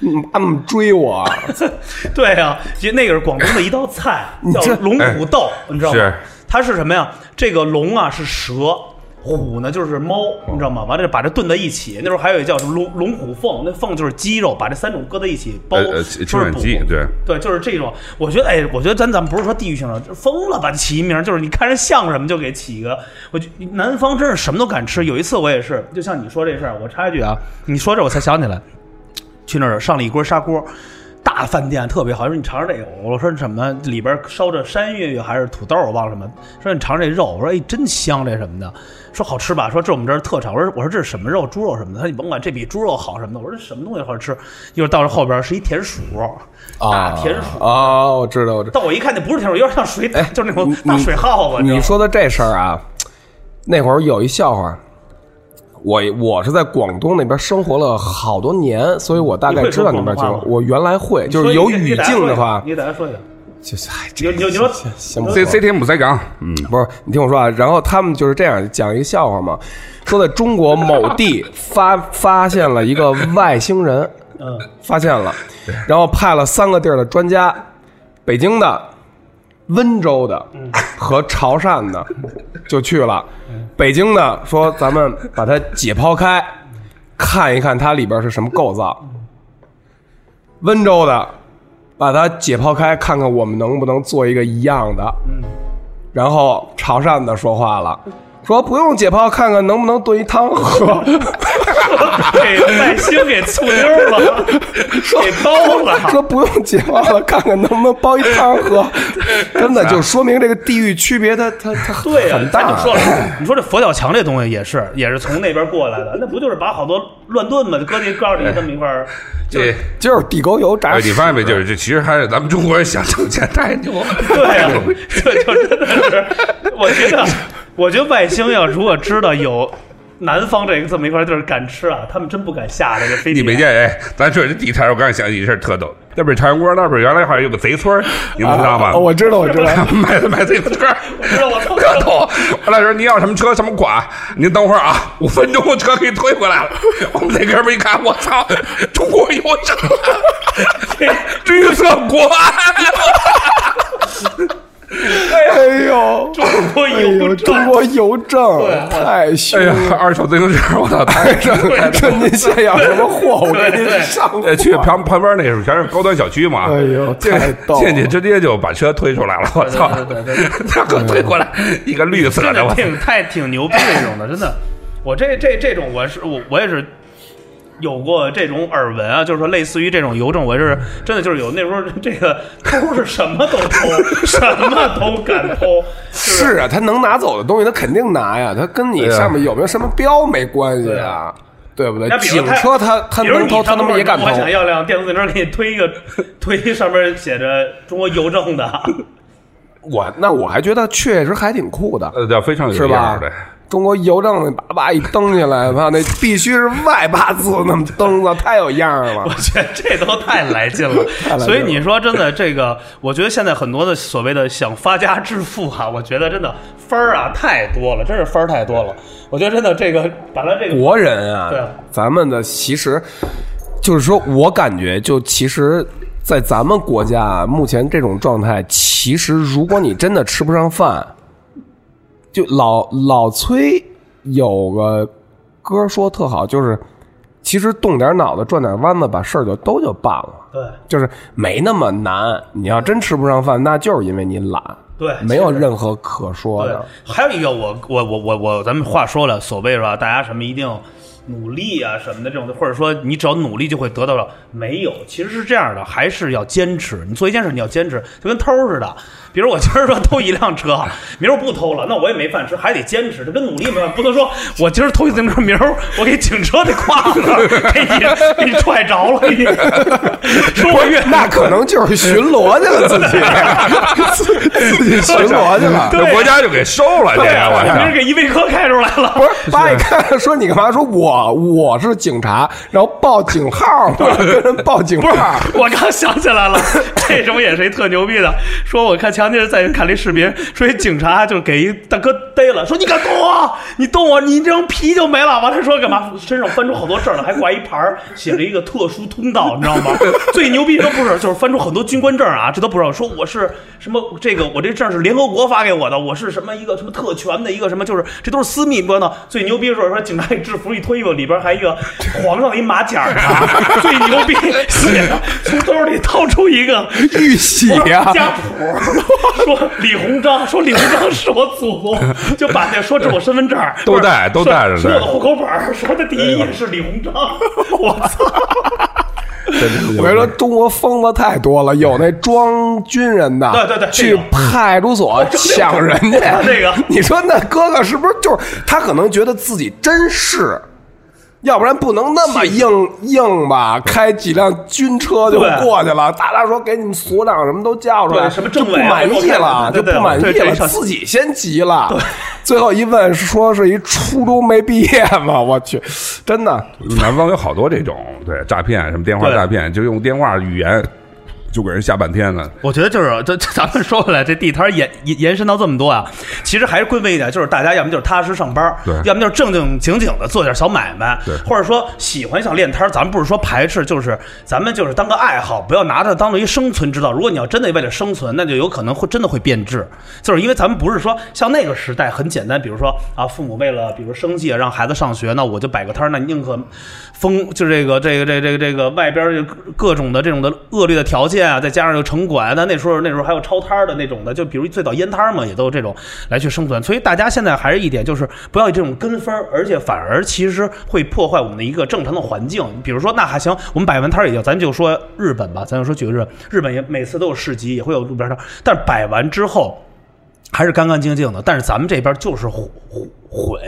S1: 嗯，他们追我，
S2: 对啊，其实那个是广东的一道菜， 叫
S1: 这
S2: 龙虎斗，你知道吗？
S3: 哎是
S2: 它是什么呀？这个龙啊是蛇，虎呢就是猫，你知道吗？完了把这炖在一起。那时候还有一叫什么龙龙虎凤，那凤就是鸡肉，把这三种搁在一起包，
S3: 呃呃
S2: 说
S3: 清
S2: 是
S3: 远
S2: 补。
S3: 鸡对
S2: 对，就是这种。我觉得，哎，我觉得咱咱们不是说地域性的，就是疯了吧？起一名就是你看着像什么就给起一个。我觉南方真是什么都敢吃。有一次我也是，就像你说这事儿，我插一句啊，你说这我才想起来，去那儿上了一锅砂锅。大饭店特别好，说你尝尝这个，我说什么里边烧着山月月还是土豆，我忘了什么。说你尝尝这肉，我说哎真香这什么的，说好吃吧，说这我们这儿特产。我说我说这是什么肉，猪肉什么的，他说你甭管这比猪肉好什么的。我说这什么东西好吃？一会儿到这后边是一田鼠，大田鼠，
S1: 啊，我知道，我知道。
S2: 但我一看那不是田鼠，有点像水，就是那种
S1: 哎你
S2: 大水耗子。知道
S1: 你
S2: 吗
S1: 说的这事儿啊，那会儿有一笑话。我我是在广东那边生活了好多年，所以我大
S2: 你
S1: 概
S2: 会
S1: 知
S2: 说
S1: 道那边情
S2: 广东
S1: 况。
S2: 话吗
S1: 我原来会，就是有语境的话，
S2: 你给大家说一下，
S1: 就是哎，
S2: 你你你说
S1: 先不说
S3: C C T 姆塞港，嗯，
S1: 不是，你听我说啊，然后他们就是这样讲一个笑话嘛，说在中国某地发发现了一个外星人，
S2: 嗯，
S1: 发现了，然后派了三个地儿的专家，北京的、温州的和潮汕的，就去了。北京的说咱们把它解剖开，看一看它里边是什么构造。温州的把它解剖开，看看我们能不能做一个一样的。然后潮汕的说话了，说不用解剖，看看能不能炖一汤喝。
S2: 给外星给醋溜 了，给包了。
S1: 说不用解剖了，看看能不能煲一汤喝。真的就说明这个地域区别它，它它
S2: 对呀、
S1: 很
S2: 咱
S1: 大。
S3: 啊
S2: 就说 了，你说这佛跳墙这东西也是，也是从那边过来的，那不就是把好多乱炖嘛，就搁那告诉你这么一块
S3: 哎
S2: 儿，
S3: 这
S1: 就是地沟油炸
S3: 哎，
S1: 屎
S3: 你，发现没？就是这，其实还是咱们中国人想挣钱太牛了。
S2: 对啊呀、这就真的是，我觉得，我觉得外星要如果知道有南方这个这么一块地儿敢吃啊，他们真不敢下这个飞机。
S3: 你没见哎？咱说这地摊儿，我刚想起一事儿特逗。那边长阳关那边原来好像有个贼村儿，你们知道吗？
S1: 啊我知道，我知道。
S3: 买买这个车，
S2: 知道我操
S3: 特逗。后来说你要什么车什么款，您等会儿啊，五分钟我车给你推回来了。我们这哥们儿一看，我操，中国邮政，绿色国安，
S1: 哎呦，
S2: 中国
S1: 哎
S2: 邮
S1: 呦，中
S2: 政，
S1: 国邮政太
S3: 哎
S1: 凶
S3: 呀
S1: 了。，
S3: 二手自行车，我操，太太太
S1: 这您想想什么货？我给您上货
S3: 呃， 去旁旁边那时候全是高端小区嘛，
S1: 哎 呦
S3: 进
S1: 太逗了
S3: 进去直接就把车推出来了，我操！ 他给我推过来一个绿色
S2: 真
S3: 的，
S2: 的
S3: 我操
S2: 挺太挺牛逼这种的，真的。我这这这种我是我我也是有过这种耳闻啊，就是说类似于这种邮政，我是真的就是有那时候这个偷是什么都偷， 什么都敢偷，就是
S1: 是啊，他能拿走的东西，他肯定拿呀。他跟你上面有没有什么标没关系啊，对不对
S2: 那？比如
S1: 警车他他
S2: 比如
S1: 能
S2: 你
S1: 偷，他他妈也敢偷
S2: 我。想要辆电动自行车，给你推一个，推上面写着中国邮政的，啊
S1: 我那我还觉得确实还挺酷的，
S3: 呃，对，非常有
S1: 是
S3: 样
S1: 吧
S3: 儿的。？
S1: 中国邮政那叭叭一蹬起来， 妈那必须是外八字那么蹬的，太有样儿
S2: 我
S1: 了。
S2: 觉得这都太来劲 了。
S1: 来劲了
S2: 所以你说真的，这个我觉得现在很多的所谓的想发家致富啊，我觉得真的分儿啊太多了，真是分儿太多了。我觉得真的这个把它这个
S1: 国人啊
S2: 对，
S1: 咱们的其实就是说，我感觉就其实，在咱们国家啊，目前这种状态，其实如果你真的吃不上饭，就老老崔有个歌说特好，就是其实动点脑子转点弯子，把事儿就都就办了。
S2: 对
S1: 就是没那么难。你要真吃不上饭，那就是因为你懒，
S2: 对
S1: 没有任何可说
S2: 对
S1: 的。，
S2: 还有一个我我我我我，咱们话说了，所谓是吧，大家什么一定努力啊什么的这种，或者说你只要努力就会得到了，没有，其实是这样的，还是要坚持。你做一件事你要坚持，就跟偷似的。比如我今儿说偷一辆车，明儿不偷了，那我也没饭吃，还得坚持，这跟努力没关系，不能说我今儿偷一自行车，明儿我给警车得胯子给你给你踹着了，给你 说我越
S1: 那可能就是巡逻去了，自己自己 巡逻去 了。
S2: 对
S3: 这国家就给收了，这
S2: 对
S3: 个我
S2: 啊，明
S3: 操
S2: 儿！给依维柯开出来了。
S1: 不是，爸一看说你干嘛？说我我是警察，然后报警 号嘛，跟人报警
S2: 不是
S1: 号。，
S2: 我刚想起来了，这种也是一特牛逼的。说我看前两天在看了一视频，说一警察就给一大哥逮了，说你敢动我，你动我，你这张皮就没了。完了说干嘛？身上翻出好多证来，还挂一牌儿写着一个特殊通道，你知道吗？最牛逼都不是，就是翻出很多军官证啊，这都不知道。说我是什么这个，我这证是联合国发给我的，我是什么一个什么特权的一个什么，就是这都是私密官的。最牛逼的是说警察给制服一脱衣服，里边还一个皇上的一马甲儿呢。最牛逼，写着从兜里掏出一个
S1: 玉玺啊，
S2: 家谱，说李鸿章，说李鸿章是我祖宗，就把那说这是我身份证儿，
S3: 都带
S2: 不是
S3: 都带着哎
S2: 说我
S3: 带
S2: 的户口本儿，说他第一页是李鸿章，我操！
S1: 我跟你说，中国疯子太多了，有那装军人的，
S2: 对对对这
S1: 去
S2: 种哦
S1: 派出所抢人 家
S2: 这个
S1: 你说那哥哥是不是就是他？可能觉得自己真是，要不然不能那么硬硬吧？开几辆军车就
S2: 对
S1: 过去了，大家说给你们所长什么都叫出来，
S2: 对什么政
S1: 就
S2: 委
S1: 不
S2: 啊
S1: 满意了，
S2: 对
S1: 就
S2: 对
S1: 不满
S2: 对
S1: 意
S2: 这
S1: 了，
S2: 一上
S1: 自己先急了。最后一问，说是一初中没毕业嘛？我去，真的。
S3: 南方有好多这种对诈骗，什么电话
S2: 对
S3: 诈骗，就用电话语言就给人吓半天了。
S2: 我觉得就是这这，咱们说回来，这地摊延延延伸到这么多啊，其实还是归为一点，就是大家要么就是踏实上班，
S3: 对
S2: 要么就是正正经经的做点小买卖，
S3: 对
S2: 或者说喜欢想练摊儿，咱们不是说排斥，就是咱们就是当个爱好，不要拿它当做一生存之道。如果你要真的为了生存，那就有可能会真的会变质，就是因为咱们不是说像那个时代很简单，比如说啊，父母为了比如生计啊让孩子上学，那我就摆个摊儿，那宁可风就这个这个这个这个这个外边儿就各种的这种的恶劣的条件啊，再加上有城管，那那时候那时候还有抄摊儿的那种的，就比如最早烟摊儿嘛，也都有这种来去生存。所以大家现在还是一点就是不要有这种跟风儿，而且反而其实会破坏我们的一个正常的环境。比如说那还行，我们摆完摊儿也就，咱就说日本吧，咱就说举个日本，日本也每次都有市集，也会有路边摊儿，但是摆完之后。还是干干净净的，但是咱们这边就是虎虎毁。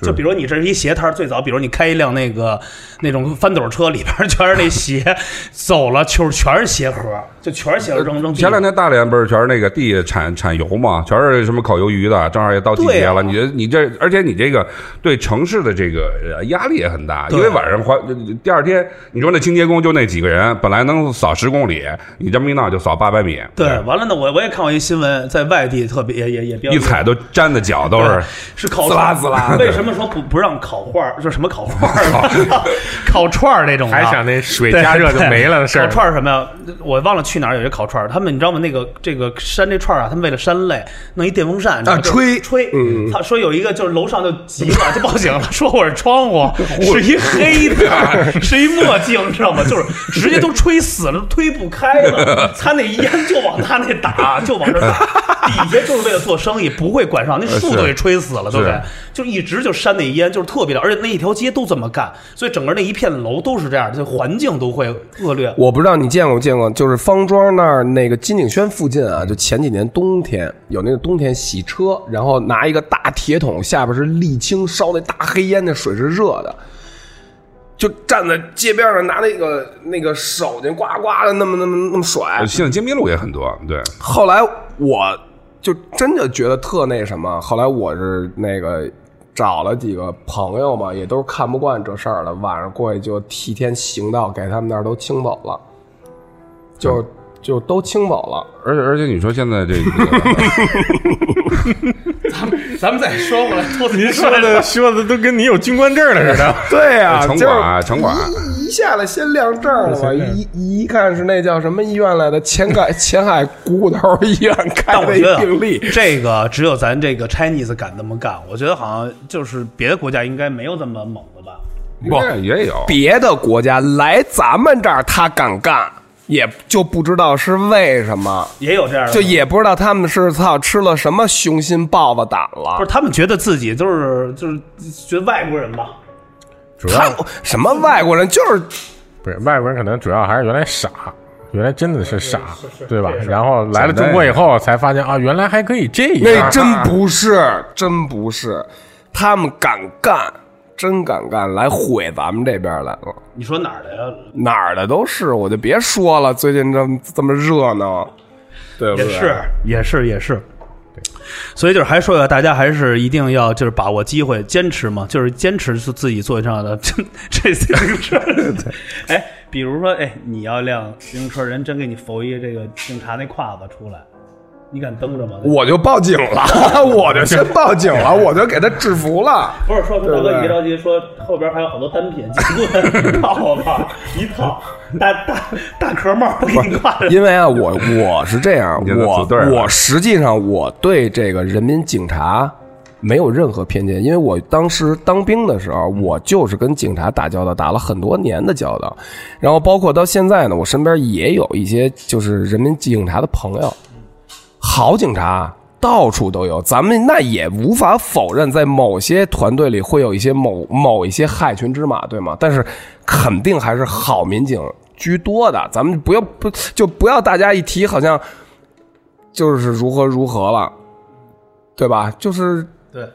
S2: 就比如你这是一鞋摊儿，最早比如你开一辆那个那种翻斗车，里边儿全是那鞋，走了就是全是鞋盒，就全是鞋盒扔扔地
S6: 呃
S3: 前
S2: 上
S3: 两。天大连不是全是那个地产产油嘛，全是什么烤鱿鱼的，正好也到季节
S2: 对啊
S3: 了。你这你这，而且你这个对城市的这个呃压力也很大，因
S2: 对
S3: 为晚上环第二天，你说那清洁工就那几个人，本来能扫十公里，你这么一闹就扫八百米，
S2: 对，完了呢，我我也看过一新闻，在外地特别也也也比较
S3: 一踩都粘的脚都是
S2: 对。是烤
S3: 滋啦滋啦的
S2: 为什么说不不让烤画儿？就什么烤画 儿？烤串儿那种的，啊
S6: 还想那水
S2: 对
S6: 加热就没了的事 儿
S2: 烤。串儿什么呀？我忘了去哪儿有一个烤串儿，他们你知道吗？那个这个扇这串儿啊，他们为了扇累，弄一电风扇然后就
S1: 吹
S2: 吹。他说有一个就是楼上就急了，就报警了，说我是窗户是一黑的，是一墨镜，知道吗？就是直接都吹死了，推不开了，他那烟就往他那打，就往这打。底下就是为了做生意，不会管上，那树都给吹死了，对不对
S3: 是？
S2: 就一直就扇那烟，就是特别的，而且那一条街都这么干，所以整个那一片楼都是这样，就环境都会恶劣。
S1: 我不知道你见过不见过，就是方庄那儿那个金井轩附近啊，就前几年冬天有那个冬天洗车，然后拿一个大铁桶，下边是沥青烧那大黑烟，那水是热的，就站在街边上拿那个那个手巾呱呱的那么那么那么甩
S3: 呃，现在金密路也很多，对，
S1: 后来我就真的觉得特那什么。后来我是那个找了几个朋友嘛，也都是看不惯这事儿了，晚上过去就替天行道，给他们那儿都清走了，就就都清走了。
S3: 而且而且你说现在这 个
S2: 咱们再说回来，兔子，您
S6: 说的 说的都跟你有军官证了似的。
S1: 对
S2: 啊
S1: 呀、
S3: 城
S1: 就是
S3: 管啊城管
S1: 一一下来先亮证了嘛，一一一看是那叫什么医院来的，前海前海股骨头医院
S2: 但
S1: 开
S2: 我
S1: 的
S2: 觉
S1: 一
S2: 得
S1: 病例。
S2: 这个只有咱这个 Chinese 敢这么干，我觉得好像就是别的国家应该没有这么猛的吧？
S3: 不也有
S1: 别的国家来咱们这儿，他敢干，也就不知道是为什么。
S2: 也有这样的吗，
S1: 就也不知道他们是操吃了什么雄心豹子胆
S2: 不
S1: 了
S2: 是。他们觉得自己就是就是觉得外国人吧，
S6: 主
S1: 他
S6: 要
S1: 们什么外国人就是
S6: 不是外国人，可能主要还是原来傻，原来真的是傻，对吧？然后来了
S3: 简单
S6: 中国以后才发现啊，原来还可以这
S1: 那
S6: 样。
S1: 真不是，真不是，他们敢干，真敢干，来毁咱们这边来了，
S2: 你说哪儿的呀？
S1: 哪儿的都是，我就别说了，最近这么这么热闹，对不
S2: 也
S1: 对？
S2: 是，也是，也是。所以就是还说一下，大家还是一定要就是把握机会，坚持嘛，就是坚持是自己做上的 这这自行车。 哎，比如说，哎，你要辆自行车，人真给你扶一这个警察那胯子出来，你敢蹬着吗？
S1: 我就报警了， 我就先报警了，我就给他制服了。
S2: 不是说说大
S1: 对
S2: 哥，
S1: 不对
S2: 你别着急，说后边还有好多单品，警棍套吧，啊一套大大大壳帽给你挂着。
S1: 因为啊，我我是这样，
S3: 你就
S1: 我
S3: 组队了啊
S1: 我实际上我对这个人民警察没有任何偏见，因为我当时当兵的时候，我就是跟警察打交道，打了很多年的交道，然后包括到现在呢，我身边也有一些就是人民警察的朋友，好警察。到处都有，咱们那也无法否认，在某些团队里会有一些某某一些害群之马，对吗？但是肯定还是好民警居多的，咱们不要不就不要大家一提好像就是如何如何了，对吧？就是
S2: 对，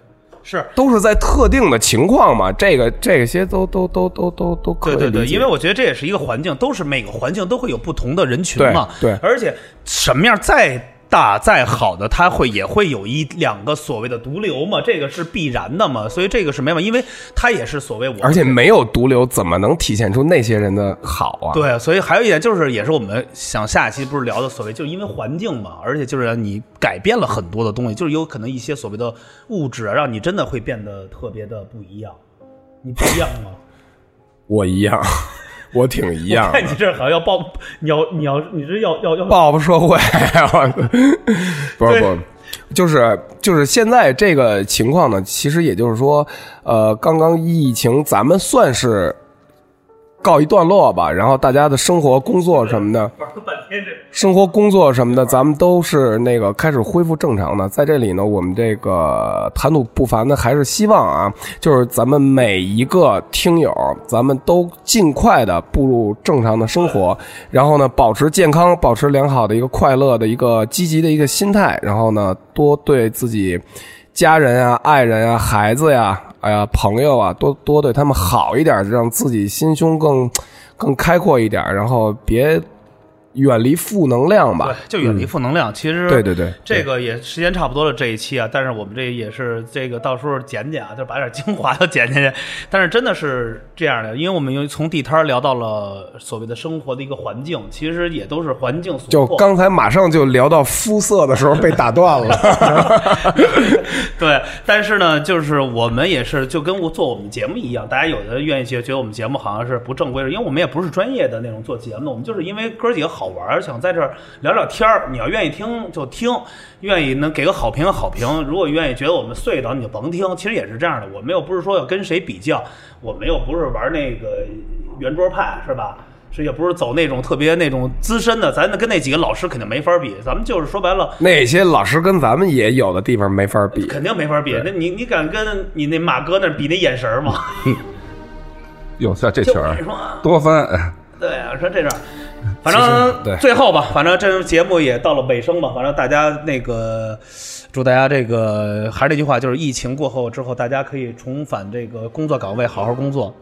S2: 是
S1: 都是在特定的情况嘛，这个这些都都都都都都可以
S2: 对对对，
S1: 理解
S2: 因为我觉得这也是一个环境，都是每个环境都会有不同的人群嘛。
S1: 对对
S2: 而且什么样再大再好的，它会也会有一两个所谓的毒瘤嘛，这个是必然的嘛，所以这个是没办法，因为它也是所谓我。
S1: 而且没有毒瘤，怎么能体现出那些人的好啊？
S2: 对，所以还有一点就是，也是我们想下一期不是聊的所谓，就是因为环境嘛，而且就是你改变了很多的东西，就是有可能一些所谓的物质啊，让你真的会变得特别的不一样。你不一样 吗？
S1: 我一 样，我挺一
S2: 我
S1: 样的
S2: 哎看。你这好像要报，你要你要你这要要要
S1: 报复社会， 不是不是，就是就是现在这个情况呢，其实也就是说，呃，刚刚疫情咱们算是告一段落吧，然后大家的生活、工作什么的，
S2: 玩了半天这。
S1: 生活、工作什么的，咱们都是那个开始恢复正常的。在这里呢，我们这个谈吐不凡呢，还是希望啊，就是咱们每一个听友，咱们都尽快的步入正常的生活，然后呢，保持健康，保持良好的一个快乐的一个积极的一个心态，然后呢，多对自己。家人啊、爱人啊、孩子呀、哎呀、朋友啊，多多对他们好一点，让自己心胸更更开阔一点，然后别远离负能量吧嗯
S2: 对。，就远离负能量。其实
S1: 对对对
S2: 这个也时间差不多了这一期啊，但是我们这也是这个到时候剪剪啊，就把点精华都剪进去。但是真的是这样的，因为我们又从地摊儿聊到了所谓的生活的一个环境，其实也都是环境所
S1: 就
S2: 迫。
S1: 刚才马上就聊到肤色的时候被打 断了，
S2: 对，但是呢，就是我们也是就跟我做我们节目一样，大家有的愿意觉觉得我们节目好像是不正规的，因为我们也不是专业的那种做节目的，我们就是因为哥儿几个好玩儿，想在这儿聊聊天儿。你要愿意听就听，愿意能给个好评好评，如果愿意觉得我们碎叨你就甭听。其实也是这样的，我们又不是说要跟谁比较，我们又不是玩那个圆桌派，是吧？是也不是走那种特别那种资深的，咱跟那几个老师肯定没法比。咱们就是说白了，
S1: 那些老师跟咱们也有的地方没法比。
S2: 肯定没法比。那你你敢跟你那马哥那比那眼神 儿吗？
S3: 哟，像这
S2: 就
S3: 词
S2: 我
S3: 儿
S2: 跟你说啊，
S3: 多哎翻，
S2: 对啊，说这事儿，反正
S1: 对
S2: 最后吧，反正这节目也到了尾声吧，反正大家那个祝大家这个还是那句话，就是疫情过后之后，大家可以重返这个工作岗位，好好工作，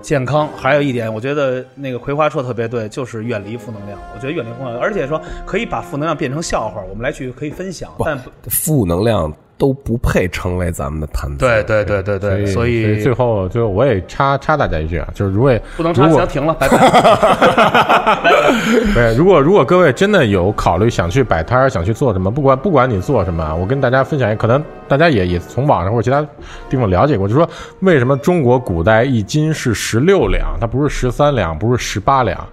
S2: 健康。还有一点，我觉得那个葵花说得特别对，就是远离负能量。我觉得远离负能量，而且说可以把负能量变成笑话，我们来去可以分享，但不。
S1: 负能量都不配成为咱们的谈资。
S2: 对对对对对，所以
S6: 哎最后最后我也插插大家一句啊，就是如果
S2: 不能插，
S6: 如果
S2: 行，停了，拜 拜。
S6: 对，如果如果各位真的有考虑想去摆摊儿，想去做什么，不管不管你做什么啊，我跟大家分享一个，可能大家也也从网上或者其他地方了解过，就说为什么中国古代一斤是十六两，它不是十三两，不是十八两，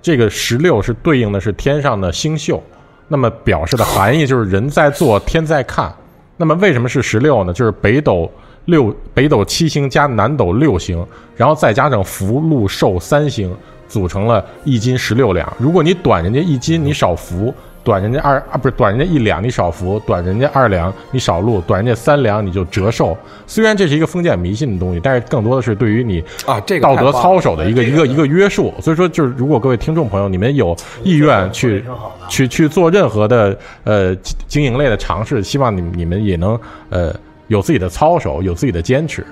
S6: 这个十六是对应的是天上的星宿，那么表示的含义就是人在做，天在看。那么为什么是十六呢？就是北斗六北斗七星加南斗六星，然后再加上福禄寿三星，组成了一斤十六两。如果你短人家一斤，你少福；短人家二啊不是短人家一两，你少福；短人家二两，你少禄；短人家三两，你就折寿。虽然这是一个封建迷信的东西，但是更多的是对于你
S1: 啊这个
S6: 道
S1: 太
S6: 德
S1: 棒
S6: 操守的一个一个一个约束。所以说，就是如果各位听众朋友，你们有意
S1: 啊
S6: 愿去去去做任何的呃经经营类的尝试，希望你们你们也能呃有自己的操守，有自己的坚持。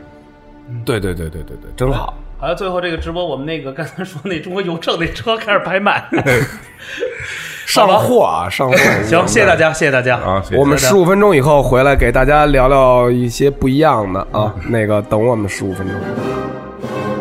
S1: 对对对对对对，真好。
S2: 好像最后这个直播，我们那个刚才说那中国邮政那车开始拍卖。
S6: 哎
S1: 上货啊，上货。
S2: 行，谢谢大家，谢谢大家
S3: 啊谢谢
S1: 我们十五分钟以后回来给大家聊聊一些不一样的啊，那个等我们十五分钟。
S7: Thank